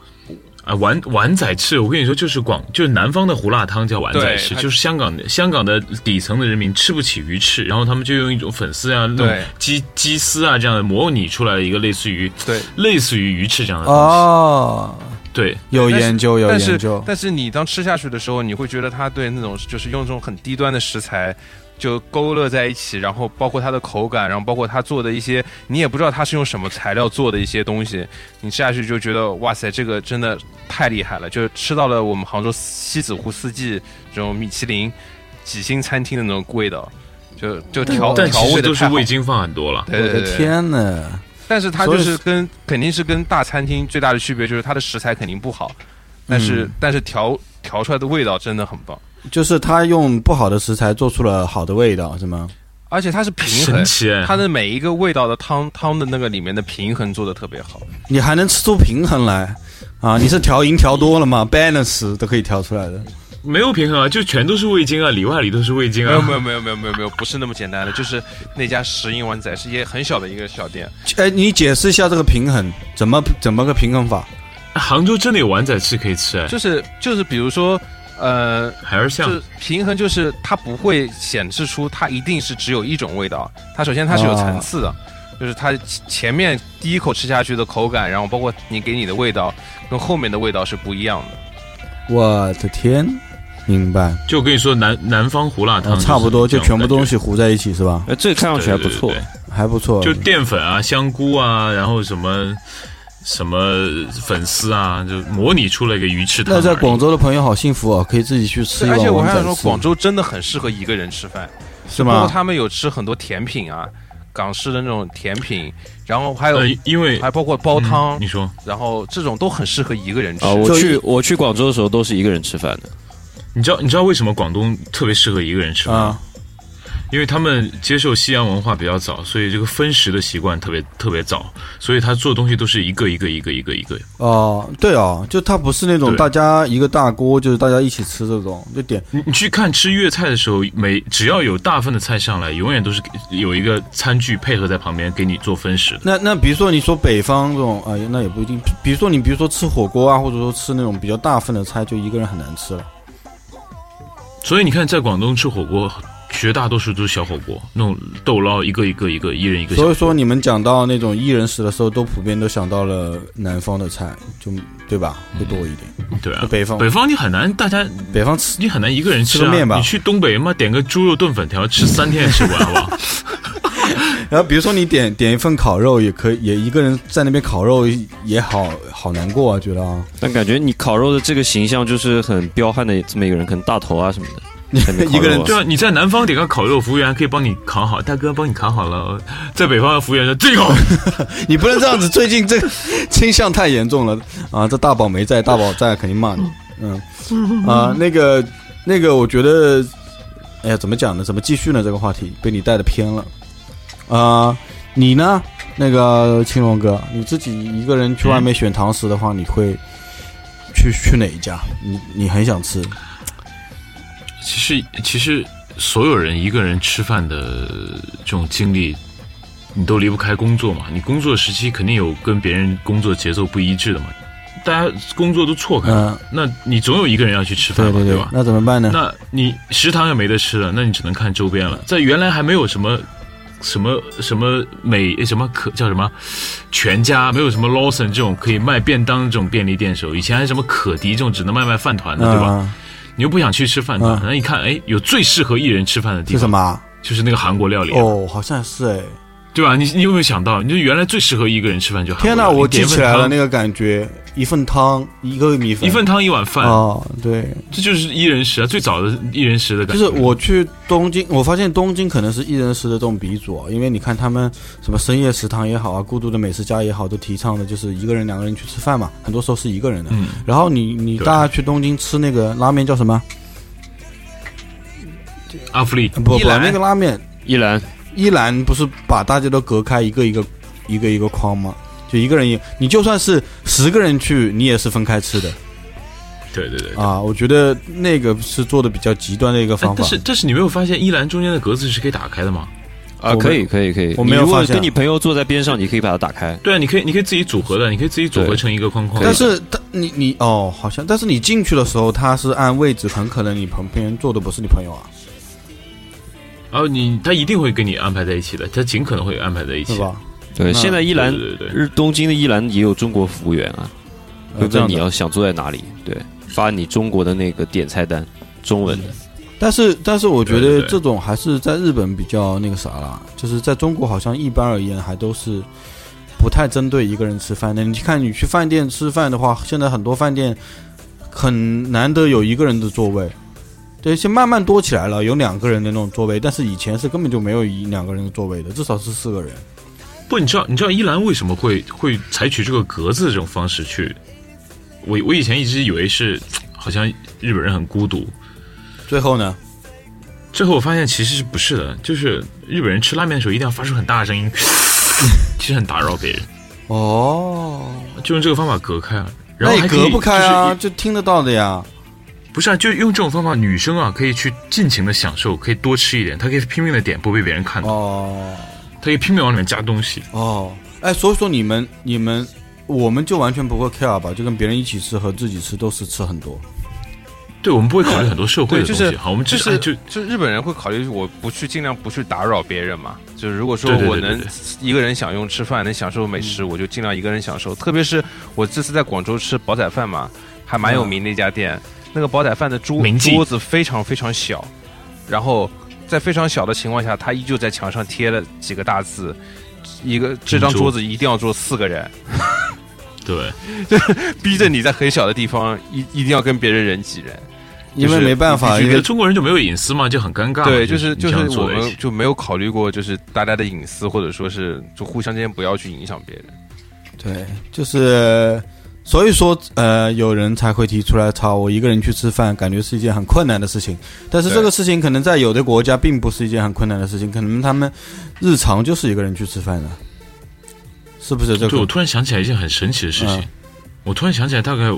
[SPEAKER 7] 啊，碗碗仔翅，我跟你说，就是广，就是南方的胡辣汤叫碗仔翅，
[SPEAKER 5] 对它
[SPEAKER 7] 就是香港的香港的底层的人民吃不起鱼翅，然后他们就用一种粉丝啊、那种
[SPEAKER 5] 对
[SPEAKER 7] 鸡鸡丝啊这样的模拟出来的一个类似于
[SPEAKER 5] 对
[SPEAKER 7] 类似于鱼翅这样的东西。
[SPEAKER 4] 哦，
[SPEAKER 7] 对，
[SPEAKER 4] 有
[SPEAKER 5] 但是
[SPEAKER 4] 研究，有
[SPEAKER 5] 但
[SPEAKER 4] 研
[SPEAKER 5] 是
[SPEAKER 4] 究。
[SPEAKER 5] 但是你当吃下去的时候，你会觉得它对那种就是用这种很低端的食材。就勾勒在一起，然后包括它的口感，然后包括它做的一些，你也不知道它是用什么材料做的一些东西，你吃下去就觉得哇塞，这个真的太厉害了，就是吃到了我们杭州西子湖四季这种米其林几星餐厅的那种味道，就就调
[SPEAKER 7] 但
[SPEAKER 5] 哦调
[SPEAKER 7] 其
[SPEAKER 5] 味
[SPEAKER 7] 实
[SPEAKER 5] 的
[SPEAKER 7] 都是味精放很多了。
[SPEAKER 5] 对对
[SPEAKER 4] 我
[SPEAKER 5] 对
[SPEAKER 4] 的
[SPEAKER 5] 对
[SPEAKER 4] 天哪！
[SPEAKER 5] 但是它
[SPEAKER 4] 所
[SPEAKER 5] 就
[SPEAKER 4] 以
[SPEAKER 5] 是跟肯定是跟大餐厅最大的区别就是它的食材肯定不好，但是、
[SPEAKER 7] 嗯
[SPEAKER 5] 但是调调出来的味道真的很棒，
[SPEAKER 4] 就是他用不好的食材做出了好的味道，是吗？
[SPEAKER 5] 而且它是平
[SPEAKER 7] 神
[SPEAKER 5] 衡，
[SPEAKER 7] 奇哎
[SPEAKER 5] 它的每一个味道的汤汤的那个里面的平衡做的特别好。
[SPEAKER 4] 你还能吃出平衡来啊？你是调匀调多了 [LAUGHS] 吗？balance 都可以调出来的。
[SPEAKER 7] 没有平衡啊，就全都是味精啊，里外里都是味精
[SPEAKER 5] 没有
[SPEAKER 7] 啊。
[SPEAKER 5] 没有没有没有没有没有，不是那么简单的，就是那家石英碗仔是一个很小的一个小店，
[SPEAKER 4] 哎，你解释一下这个平衡怎么怎么个平衡法？
[SPEAKER 7] 杭州真的有碗仔翅可以吃哎，
[SPEAKER 5] 就是就是比如说呃
[SPEAKER 7] 海儿巷
[SPEAKER 5] 就是平衡，就是它不会显示出它一定是只有一种味道。它首先它是有层次的，就是它前面第一口吃下去的口感，然后包括你给你的味道，跟后面的味道是不一样的。
[SPEAKER 4] 我的天！明白，
[SPEAKER 7] 就我跟你说南南方胡辣汤、
[SPEAKER 4] 哦差不多啊就是
[SPEAKER 7] 就这
[SPEAKER 4] 全
[SPEAKER 7] 种
[SPEAKER 4] 部
[SPEAKER 7] 感觉
[SPEAKER 4] 东西糊在一起是吧？
[SPEAKER 6] 哎，这看上去还不错
[SPEAKER 7] 对对，对
[SPEAKER 4] 还不错，
[SPEAKER 7] 就淀粉啊、香菇啊，然后什么什么粉丝啊，就模拟出了一个鱼翅汤而
[SPEAKER 4] 那
[SPEAKER 7] 已。
[SPEAKER 4] 在广州的朋友好幸福哦，可以自己去吃一
[SPEAKER 5] 而
[SPEAKER 4] 碗
[SPEAKER 5] 且我还想
[SPEAKER 4] 粉
[SPEAKER 5] 说，
[SPEAKER 4] 丝，
[SPEAKER 5] 广州真的很适合一个人吃饭，
[SPEAKER 4] 是
[SPEAKER 5] 包括
[SPEAKER 4] 吗？
[SPEAKER 5] 他们有吃很多甜品啊，港式的那种甜品，然后还有
[SPEAKER 7] 呃，因为
[SPEAKER 5] 还包括煲汤
[SPEAKER 7] 嗯你，说
[SPEAKER 5] 然后这种都很适合一个人吃
[SPEAKER 6] 啊，。我
[SPEAKER 4] 就
[SPEAKER 6] 去
[SPEAKER 4] 一
[SPEAKER 6] 我去广州的时候都是一个人吃饭的，
[SPEAKER 7] 你知道你知道为什么广东特别适合一个人吃饭？
[SPEAKER 4] 啊，
[SPEAKER 7] 因为他们接受西洋文化比较早，所以这个分食的习惯特别特别早，所以他做东西都是一个一个一个一个一个。
[SPEAKER 4] 哦，对哦，就它不是那种
[SPEAKER 7] 对
[SPEAKER 4] 大家一个大锅，就是大家一起吃这种，就点
[SPEAKER 7] 你你去看吃粤菜的时候，每只要有大份的菜上来，永远都是给有一个餐具配合在旁边给你做分食的。
[SPEAKER 4] 那那比如说你说北方这种，哎、那也不一定。比如说你比如说吃火锅啊，或者说吃那种比较大份的菜，就一个人很难吃了。
[SPEAKER 7] 所以你看，在广东吃火锅，绝大多数都是小火锅，那种豆捞一个一个一个，一人一个小。
[SPEAKER 4] 所以说你们讲到那种一人食的时候，都普遍都想到了南方的菜，就对吧？
[SPEAKER 5] 嗯
[SPEAKER 4] 会多一点。
[SPEAKER 7] 对啊，
[SPEAKER 4] 北方
[SPEAKER 7] 北方你很难，大家
[SPEAKER 4] 北方吃
[SPEAKER 7] 你很难一个人吃
[SPEAKER 4] 吃
[SPEAKER 7] 啊。
[SPEAKER 4] 个面吧
[SPEAKER 7] 你去东北嘛，点个猪肉炖粉条，吃三天也吃不完，好不
[SPEAKER 4] [LAUGHS]
[SPEAKER 7] 好？
[SPEAKER 4] 然后比如说你点点一份烤肉，也可以，也一个人在那边烤肉也好好难过啊，觉得啊，
[SPEAKER 6] 但感觉你烤肉的这个形象就是很彪悍的这么一个人，可能大头啊什么的。在那边烤肉啊
[SPEAKER 4] 一个人
[SPEAKER 7] 对啊，你在南方点个烤肉，服务员可以帮你烤好，大哥帮你烤好了。在北方的服务员说这个好，
[SPEAKER 4] 你不能这样子，最近这个倾向太严重了啊！这大宝没在，大宝在肯定骂你。嗯，啊，那个那个，我觉得，哎呀，怎么讲呢？怎么继续呢？这个话题被你带的偏了。啊，你呢？那个青龙哥，你自己一个人去外面选堂食的话，你会去去哪一家？你你很想吃
[SPEAKER 7] 其实其实所有人一个人吃饭的这种经历，你都离不开工作嘛。你工作时期肯定有跟别人工作节奏不一致的嘛，大家工作都错开了，那你总有一个人要去吃饭
[SPEAKER 4] 嗯对
[SPEAKER 7] 嘛，
[SPEAKER 4] 对对嗯
[SPEAKER 7] 吧？
[SPEAKER 4] 那怎么办呢？
[SPEAKER 7] 那你食堂也没得吃了，那你只能看周边了。在原来还没有什么什么什么美什么可叫什么全家，没有什么 Lawson 这种可以卖便当这种便利店的时候，以前还什么可迪这种只能卖卖饭团的，对吧？
[SPEAKER 4] 嗯，
[SPEAKER 7] 你又不想去吃饭
[SPEAKER 4] 嗯
[SPEAKER 7] 团，那一看，哎，有最适合一人吃饭的地
[SPEAKER 4] 是
[SPEAKER 7] 方，
[SPEAKER 4] 什么啊？
[SPEAKER 7] 就是那个韩国料理，啊
[SPEAKER 4] 哦，好像是哎。
[SPEAKER 7] 对吧？你你有没有想到，你就原来最适合一个人吃饭就韩国
[SPEAKER 4] 天
[SPEAKER 7] 料
[SPEAKER 4] 哪，
[SPEAKER 7] 理
[SPEAKER 4] 我记起来了，那
[SPEAKER 7] 你
[SPEAKER 4] 个感觉，一份汤，一个米粉，
[SPEAKER 7] 点一份汤一碗饭，
[SPEAKER 4] 哦，对，
[SPEAKER 7] 这就是一人食啊，最早的一人食的
[SPEAKER 4] 就
[SPEAKER 7] 感觉。
[SPEAKER 4] 是我去东京，我发现东京可能是一人食的这种鼻祖啊，因为你看他们什么深夜食堂也好啊，孤独的美食家也好，都提倡的就是一个人、两个人去吃饭嘛，很多时候是一个人的。
[SPEAKER 7] 嗯
[SPEAKER 4] 然后你你
[SPEAKER 7] 对
[SPEAKER 4] 大家去东京吃那个拉面叫什么？
[SPEAKER 7] 阿福啊利
[SPEAKER 4] 呃不
[SPEAKER 5] 一
[SPEAKER 4] 不，
[SPEAKER 5] 兰
[SPEAKER 4] 那个拉面
[SPEAKER 6] 依然
[SPEAKER 4] 一兰不是把大家都隔开一个一个一个一个框吗？就一个人也，你就算是十个人去，你也是分开吃的
[SPEAKER 7] 对对对，
[SPEAKER 4] 啊。我觉得那个是做的比较极端的一个
[SPEAKER 7] 哎
[SPEAKER 4] 方，法
[SPEAKER 7] 但。是但是你没有发现依兰中间的格子是可以打开的吗？
[SPEAKER 6] 啊，
[SPEAKER 4] 我没
[SPEAKER 6] 可以可以可以。
[SPEAKER 4] 我没有
[SPEAKER 6] 你如
[SPEAKER 4] 发
[SPEAKER 6] 果
[SPEAKER 4] 现
[SPEAKER 6] 跟你朋友坐在边上，你可以把它打开。
[SPEAKER 7] 对啊，你可以你可以自己组合的，你可以自己组合
[SPEAKER 6] 对
[SPEAKER 7] 成一个框框。
[SPEAKER 4] 但是他你你哦，好像，但是你进去的时候，他是按位置，很可能你旁边坐的不是你朋友啊，
[SPEAKER 7] 然后你他一定会跟你安排在一起的，他尽可能会安排在一
[SPEAKER 4] 是
[SPEAKER 7] 起。
[SPEAKER 4] 吧？那
[SPEAKER 6] 对，现在依
[SPEAKER 7] 对
[SPEAKER 6] 然
[SPEAKER 7] 对对对，
[SPEAKER 6] 日东京的依然也有中国服务员啊，
[SPEAKER 4] 呃
[SPEAKER 6] 会
[SPEAKER 4] 这
[SPEAKER 6] 问
[SPEAKER 4] 样
[SPEAKER 6] 你
[SPEAKER 4] 的。
[SPEAKER 6] 要想坐在哪里，对，发你中国的那个点菜单，中文的。
[SPEAKER 4] 但是但是我觉
[SPEAKER 7] 对
[SPEAKER 4] 得
[SPEAKER 7] 对对
[SPEAKER 4] 这种还是在日本比较那个啥啦，就是在中国好像一般而言还都是不太针对一个人吃饭的。你看你去饭店吃饭的话，现在很多饭店很难得有一个人的座位。对，现在慢慢多起来了，有两个人的那种座位，但是以前是根本就没有一两个人的座位的，至少是四个人。
[SPEAKER 7] 不，你知道你知道依兰为什么会会采取这个格子这种方式去？我我以前一直以为是好像日本人很孤独，
[SPEAKER 4] 最后呢，
[SPEAKER 7] 最后我发现其实是不是的，就是日本人吃拉面的时候一定要发出很大的声音， [LAUGHS] 其实很打扰别人，
[SPEAKER 4] 哦，
[SPEAKER 7] 就用这个方法隔开啊。
[SPEAKER 4] 那
[SPEAKER 7] 然后
[SPEAKER 4] 也
[SPEAKER 7] 还可
[SPEAKER 4] 隔
[SPEAKER 7] 以
[SPEAKER 4] 不开
[SPEAKER 7] 就是
[SPEAKER 4] 啊，就听得到的呀。
[SPEAKER 7] 不是啊，就用这种方法，女生啊可以去尽情的享受，可以多吃一点，她可以拼命的点，不被别人看到，
[SPEAKER 4] 哦
[SPEAKER 7] 她可以拼命往里面加东西。
[SPEAKER 4] 哦，哎，所以说你们你们，我们就完全不会 care 吧？就跟别人一起吃和自己吃都是吃很多。
[SPEAKER 7] 对，我们不会考虑很多社会
[SPEAKER 5] 对，
[SPEAKER 7] 的
[SPEAKER 5] 就
[SPEAKER 7] 东西，
[SPEAKER 5] 是
[SPEAKER 7] 好，我们只
[SPEAKER 5] 就是是
[SPEAKER 7] 哎就
[SPEAKER 5] 就日本人会考虑，我不去尽量不去打扰别人嘛。就是如果说
[SPEAKER 7] 对对对
[SPEAKER 5] 我
[SPEAKER 7] 对嗯
[SPEAKER 5] 能
[SPEAKER 7] 对
[SPEAKER 5] 一个人享用吃饭，能享受美食，我就尽量一个人享受。特别是我这次在广州吃煲仔饭嘛，还蛮有名的一家店。那个煲仔饭的桌
[SPEAKER 7] 铭嗯记
[SPEAKER 5] 桌子非常非常小，然后在非常小的情况下，他依旧在墙上贴了几个大字。一个这张桌子一定要坐四个人，
[SPEAKER 7] 对，
[SPEAKER 5] 逼着你在很小的地方一一定要跟别人人挤人。
[SPEAKER 4] 因为没办法，
[SPEAKER 7] 你
[SPEAKER 4] 因
[SPEAKER 7] 觉得
[SPEAKER 4] 为
[SPEAKER 7] 中国人就没有隐私嘛，就很尴尬嘛。
[SPEAKER 5] 对，就是
[SPEAKER 7] 就
[SPEAKER 5] 就是
[SPEAKER 7] 你这样
[SPEAKER 5] 我
[SPEAKER 7] 做的一
[SPEAKER 5] 们
[SPEAKER 7] 些
[SPEAKER 5] 就没有考虑过，就是大家的隐私，或者说是就互相之间不要去影响别人。
[SPEAKER 4] 对，就是所以说，呃，有人才会提出来，操，我一个人去吃饭，感觉是一件很困难的事情。但是
[SPEAKER 5] 对
[SPEAKER 4] 这个事情可能在有的国家并不是一件很困难的事情，可能他们日常就是一个人去吃饭的，啊是不是这
[SPEAKER 7] 对我
[SPEAKER 4] 个？
[SPEAKER 7] 突然想起来一件很神奇的事情
[SPEAKER 4] 嗯，
[SPEAKER 7] 我突然想起来大概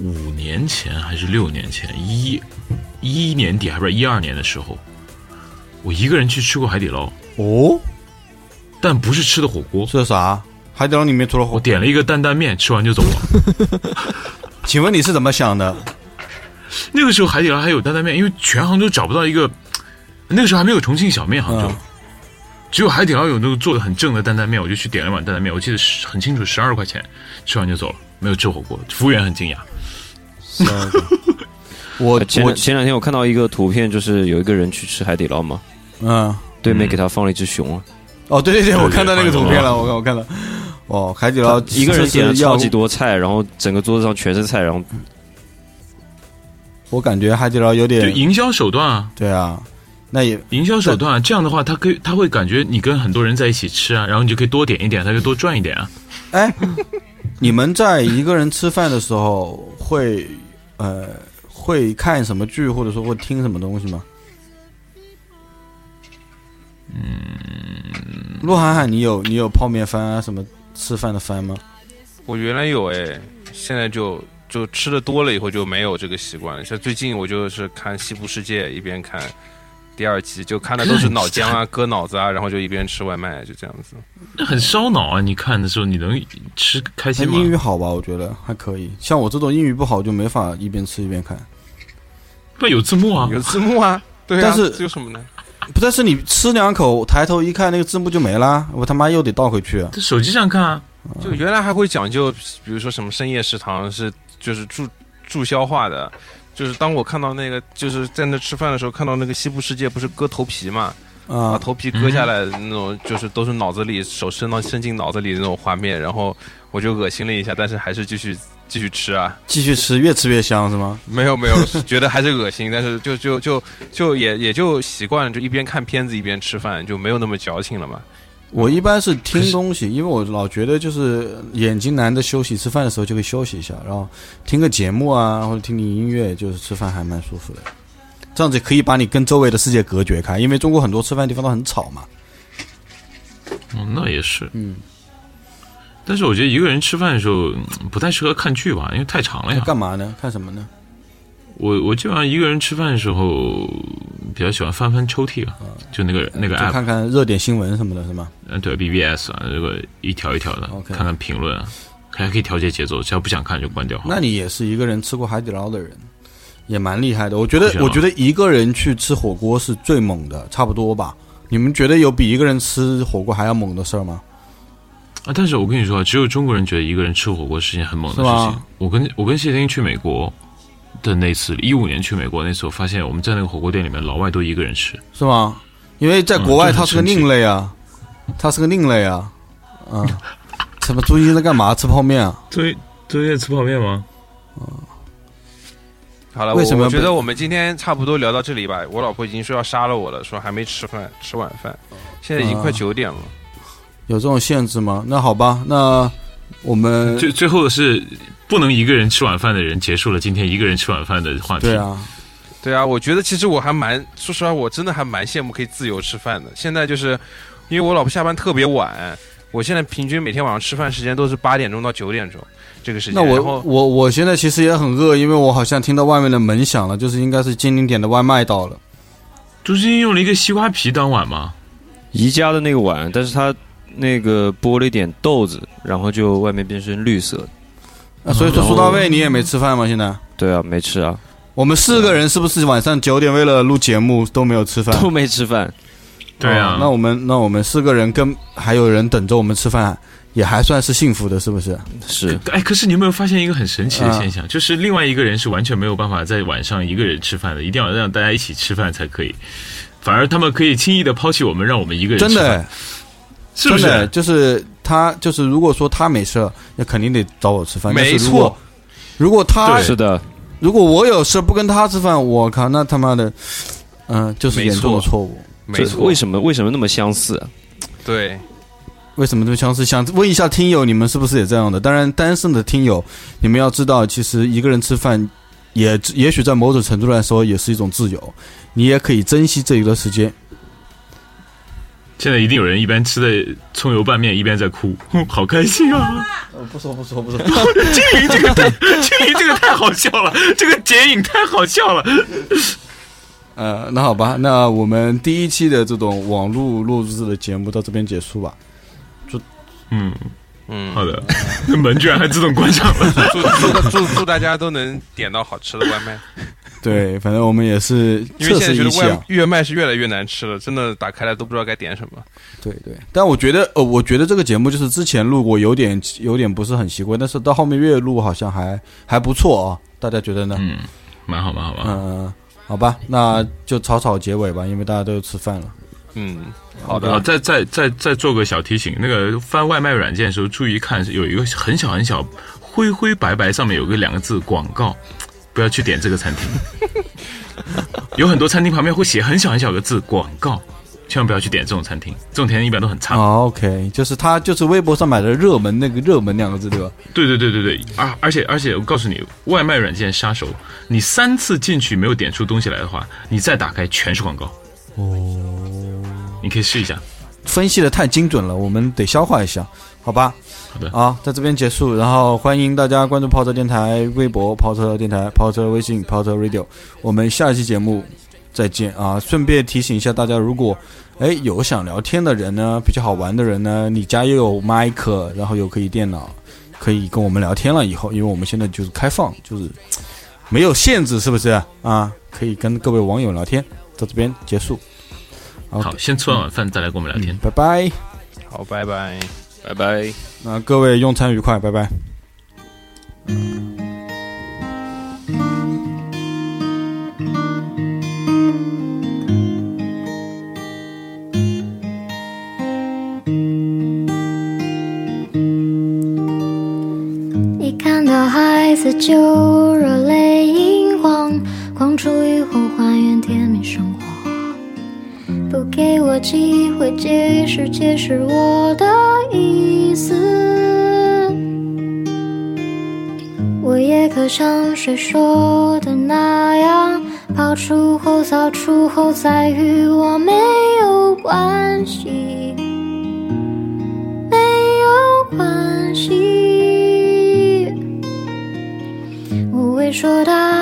[SPEAKER 7] 五年前还是六年前，一一年底还不是一二年的时候，我一个人去吃过海底捞，
[SPEAKER 4] 哦，
[SPEAKER 7] 但不是吃的火锅，
[SPEAKER 4] 这啥？海底捞里面除了火
[SPEAKER 7] 我，点了一个担担面，吃完就走了。
[SPEAKER 4] 请问你是怎么想
[SPEAKER 7] [LAUGHS]
[SPEAKER 4] 的？
[SPEAKER 7] 那个时候海底捞还有担担面，因为全杭州找不到一个，那个时候还没有重庆小面，杭州、
[SPEAKER 4] 嗯
[SPEAKER 7] 只有海底捞有那个做的很正的担担面，我就去点了碗担担面，我记得是很清楚，十二块钱，吃完就走了，没有吃火锅，服务员很惊讶。啊
[SPEAKER 4] 我
[SPEAKER 6] 前
[SPEAKER 4] 我
[SPEAKER 6] 前两天我看到一个图片，就是有一个人去吃海底捞嘛，
[SPEAKER 4] 嗯，
[SPEAKER 6] 对面
[SPEAKER 7] 嗯
[SPEAKER 6] 给他放了一只熊啊，
[SPEAKER 4] 哦，对对对，
[SPEAKER 7] 对
[SPEAKER 4] 我看到那个
[SPEAKER 7] 海底
[SPEAKER 4] 图
[SPEAKER 7] 捞
[SPEAKER 4] 片了，我看我看到，哦，海底捞
[SPEAKER 6] 一个人点了
[SPEAKER 4] 要
[SPEAKER 6] 超级多菜，然后整个桌子上全是菜，然后
[SPEAKER 4] 我感觉海底捞有
[SPEAKER 7] 就
[SPEAKER 4] 点
[SPEAKER 7] 营销手段啊，
[SPEAKER 4] 对啊，那也
[SPEAKER 7] 营销手段啊，这样的话，他可以他会感觉你跟很多人在一起吃啊，然后你就可以多点一点，他就多赚一点啊。
[SPEAKER 6] [LAUGHS]
[SPEAKER 4] 哎，你们在一个人吃饭的时候会呃会看什么剧，或者说会听什么东西吗？嗯，陆涵涵，你有你有泡面番啊什么吃饭的番吗？
[SPEAKER 5] 我原来有哎，现在就就吃的多了以后就没有这个习惯了。像最近我就是看《西部世界》，一边看第二期，就看的都是脑浆
[SPEAKER 7] [LAUGHS]
[SPEAKER 5] 啊、割脑子啊，然后就一边吃外卖，就这样子。
[SPEAKER 7] 那很烧脑啊！你看的时候，你能吃开
[SPEAKER 4] 他
[SPEAKER 7] 心吗？
[SPEAKER 4] 哎英语好吧，我觉得还可以。像我这种英语不好，就没法一边吃一边看。
[SPEAKER 7] 不有字幕啊？
[SPEAKER 5] 有字幕啊，对啊，
[SPEAKER 4] 但是
[SPEAKER 5] 这有什么呢？
[SPEAKER 4] 不，但是你吃两口，抬头一看，那个字幕就没啦，我他妈又得倒回去。
[SPEAKER 7] 在手机上看啊。
[SPEAKER 5] 就原来还会讲究，比如说什么深夜食堂是就是助助消化的，就是当我看到那个就是在那吃饭的时候，看到那个《西部世界》不是割头皮嘛，把
[SPEAKER 4] 啊，
[SPEAKER 5] 头皮割下来的那种，就是都是脑子里手伸到伸进脑子里的那种画面，然后我就恶心了一下，但是还是继续继续吃啊，
[SPEAKER 4] 继续吃，越吃越香是
[SPEAKER 7] 嗯
[SPEAKER 4] 吗？
[SPEAKER 5] 没有没有，觉得还是恶心，但是就就就就也也就习惯了，就一边看片子一边吃饭，就没有那么矫情了嘛。
[SPEAKER 4] 我一般是听东西，因为我老觉得就是眼睛难得休息，吃饭的时候就可以休息一下，然后听个节目啊，或者听听音乐，就是吃饭还蛮舒服的。这样子可以把你跟周围的世界隔绝开，因为中国很多吃饭地方都很吵嘛。
[SPEAKER 7] 嗯，那也是。嗯。但是我觉得一个人吃饭的时候嗯不太适合看剧吧，因为太长哎了呀。
[SPEAKER 4] 干嘛呢？看什么呢？
[SPEAKER 7] 我我基本上一个人吃饭的时候比较喜欢翻翻抽屉啊，就那个那个
[SPEAKER 4] 呃就
[SPEAKER 7] app，
[SPEAKER 4] 看看热点新闻什么的，是吗？
[SPEAKER 7] 嗯，对 BBS 啊，这个一条一条的
[SPEAKER 4] OK
[SPEAKER 7] 看看评论啊，还可以调节节奏，只要不想看就关掉。
[SPEAKER 4] 那你也是一个人吃过海底捞的人，也蛮厉害的。我觉得
[SPEAKER 7] 是，吗
[SPEAKER 4] 我觉得一个人去吃火锅是最猛的，差不多吧？你们觉得有比一个人吃火锅还要猛的事儿吗？
[SPEAKER 7] 啊，但是我跟你说啊，只有中国人觉得一个人吃火锅是件很猛的
[SPEAKER 4] 是
[SPEAKER 7] 事
[SPEAKER 4] 吗
[SPEAKER 7] 情。我跟我跟谢丁去美国的那次，一五年去美国那次，我发现我们在那个火锅店里面，老外都一个人吃。
[SPEAKER 4] 是吗？因为在国外
[SPEAKER 7] 嗯
[SPEAKER 4] 它是个
[SPEAKER 7] 这很神奇
[SPEAKER 4] 另类啊，它是个另类啊，嗯，什么中医在干嘛？吃泡面啊？
[SPEAKER 7] 周周夜吃泡面吗？
[SPEAKER 5] 好了，
[SPEAKER 4] 为什么
[SPEAKER 5] 我我
[SPEAKER 4] 不
[SPEAKER 5] 觉得我们今天差不多聊到这里吧。我老婆已经说要杀了我了，说还没吃饭，吃晚饭，现在已经快
[SPEAKER 4] 啊
[SPEAKER 5] 九点了。
[SPEAKER 4] 有这种限制吗？那好吧，那我
[SPEAKER 7] [LAUGHS]
[SPEAKER 4] 们
[SPEAKER 7] 最最后是不能一个人吃晚饭的人结束了今天一个人吃晚饭的话题。
[SPEAKER 4] 对啊，
[SPEAKER 5] 对啊，我觉得其实我还蛮，说实话，我真的还蛮羡慕可以自由吃饭的。现在就是因为我老婆下班特别晚，我现在平均每天晚上吃饭时间都是八点钟到九点钟这个时间。
[SPEAKER 4] 那
[SPEAKER 5] 然
[SPEAKER 4] 我
[SPEAKER 5] 后
[SPEAKER 4] 我我现在其实也很饿，因为我好像听到外面的门响了，就是应该是精灵点的外卖到了。
[SPEAKER 7] 朱志英用了一个西瓜皮当碗吗？
[SPEAKER 6] 宜家的那个碗，但是它那个剥了一点豆子，然后就外面变成绿色。
[SPEAKER 4] 啊、所以说
[SPEAKER 6] 嗯
[SPEAKER 4] 苏大卫，你也没吃饭吗？现在
[SPEAKER 6] 对啊，没吃啊，
[SPEAKER 4] 我们四个人是不是晚上九点为了录节目都没有吃饭？
[SPEAKER 6] 都没吃饭。
[SPEAKER 7] 对啊
[SPEAKER 4] 哦那我们那我们四个人跟还有人等着我们吃饭，也还算是幸福的，是不是？嗯
[SPEAKER 6] 是
[SPEAKER 7] 哎，可是你有没有发现一个很神奇的现象？就是另外一个人是完全没有办法在晚上一个人吃饭的，一定要让大家一起吃饭才可以。反而他们可以轻易的抛弃我们，让我们一个人
[SPEAKER 4] 真
[SPEAKER 7] 吃
[SPEAKER 4] 的
[SPEAKER 7] 饭，
[SPEAKER 4] 哎，
[SPEAKER 7] 是不
[SPEAKER 4] 真的
[SPEAKER 7] 是？
[SPEAKER 4] 就是他，就是如果说他没事，那肯定得找我吃饭。
[SPEAKER 5] 没
[SPEAKER 4] 但是如果
[SPEAKER 5] 错，
[SPEAKER 4] 如果他
[SPEAKER 7] 对
[SPEAKER 6] 是的，
[SPEAKER 4] 如果我有事不跟他吃饭，我靠，那他妈的，嗯、就是严重的
[SPEAKER 5] 没错
[SPEAKER 4] 错误。
[SPEAKER 5] 没
[SPEAKER 6] 这
[SPEAKER 5] 错，
[SPEAKER 6] 为什么为什么那么相似？啊
[SPEAKER 5] 对，
[SPEAKER 4] 为什么这么相似？想问一下听友，你们是不是也这样的？当然，单身的听友，你们要知道，其实一个人吃饭也也许在某种程度来说也是一种自由，你也可以珍惜这一段时间。
[SPEAKER 7] 现在一定有人一边吃的葱油拌面，一边在哭， [LAUGHS] 哼好开心啊！
[SPEAKER 4] 不说不说不说，
[SPEAKER 7] 金鱼这个太， [LAUGHS] 金鱼这个太好笑了，这个剪影太好笑了。
[SPEAKER 4] 呃，那好吧，那我们第一期的这种网络录制的节目到这边结束吧。
[SPEAKER 7] 嗯，
[SPEAKER 5] 嗯，
[SPEAKER 7] 好的，门居然还自动关上了。
[SPEAKER 5] 祝祝祝祝大家都能点到好吃的外卖，
[SPEAKER 4] 对，反正我们也是
[SPEAKER 5] 因为
[SPEAKER 4] 测
[SPEAKER 5] 现在
[SPEAKER 4] 试
[SPEAKER 5] 觉
[SPEAKER 4] 一
[SPEAKER 5] 得
[SPEAKER 4] 下。
[SPEAKER 5] 外外卖是越来越难吃了，真的打开来都不知道该点什么。
[SPEAKER 4] 对对，但我觉得，呃，我觉得这个节目就是之前录过，有点有点不是很习惯，但是到后面越录好像还还不错啊、大家觉得呢？嗯、
[SPEAKER 7] [LAUGHS] 嗯，蛮好，蛮好，蛮好。
[SPEAKER 4] 好吧，那就草草结尾吧，因为大家都吃饭了。
[SPEAKER 5] 嗯，好
[SPEAKER 7] 啊，
[SPEAKER 5] 的，
[SPEAKER 7] 再再再再做个小提醒，那个翻外卖软件的时候，注意看有一个很小很小、灰灰白白上面有个两个字广告，不要去点这个餐厅。 [LAUGHS] 有很多餐厅旁边会写很小很小的字广告，千万不要去点这种餐厅，这种餐厅一般都很差。
[SPEAKER 4] 哦 OK，就是他就是微博上买的热门那个热门两个字对吧？
[SPEAKER 7] 对对对对对，啊！而且而且，我告诉你，外卖软件杀手，你三次进去没有点出东西来的话，你再打开全是广告。哦，你可以试一下。
[SPEAKER 4] 分析的太精准了，我们得消化一下，好吧？
[SPEAKER 7] 好的
[SPEAKER 4] 啊，在这边结束，然后欢迎大家关注跑车电台微博、跑车电台、跑车微信、跑车 radio，我们下一期节目再见啊！顺便提醒一下大家，如果哎有想聊天的人呢，比较好玩的人呢，你家又有麦克，然后又可以电脑，可以跟我们聊天了。以后，因为我们现在就是开放，就是没有限制，是不是啊？可以跟各位网友聊天，到这边结束。好
[SPEAKER 7] 好，先吃完晚饭再来跟我们聊天。
[SPEAKER 4] 拜拜。
[SPEAKER 5] 好，拜拜。
[SPEAKER 6] 拜拜。
[SPEAKER 4] 那各位用餐愉快，拜拜。
[SPEAKER 8] 你看到孩子就热泪盈眶，光出一泓还原甜蜜生活。不给我机会解释解释我的意思，我也可像谁说的那样，跑出后早出后再与我没有关系。没有关系。无谓说大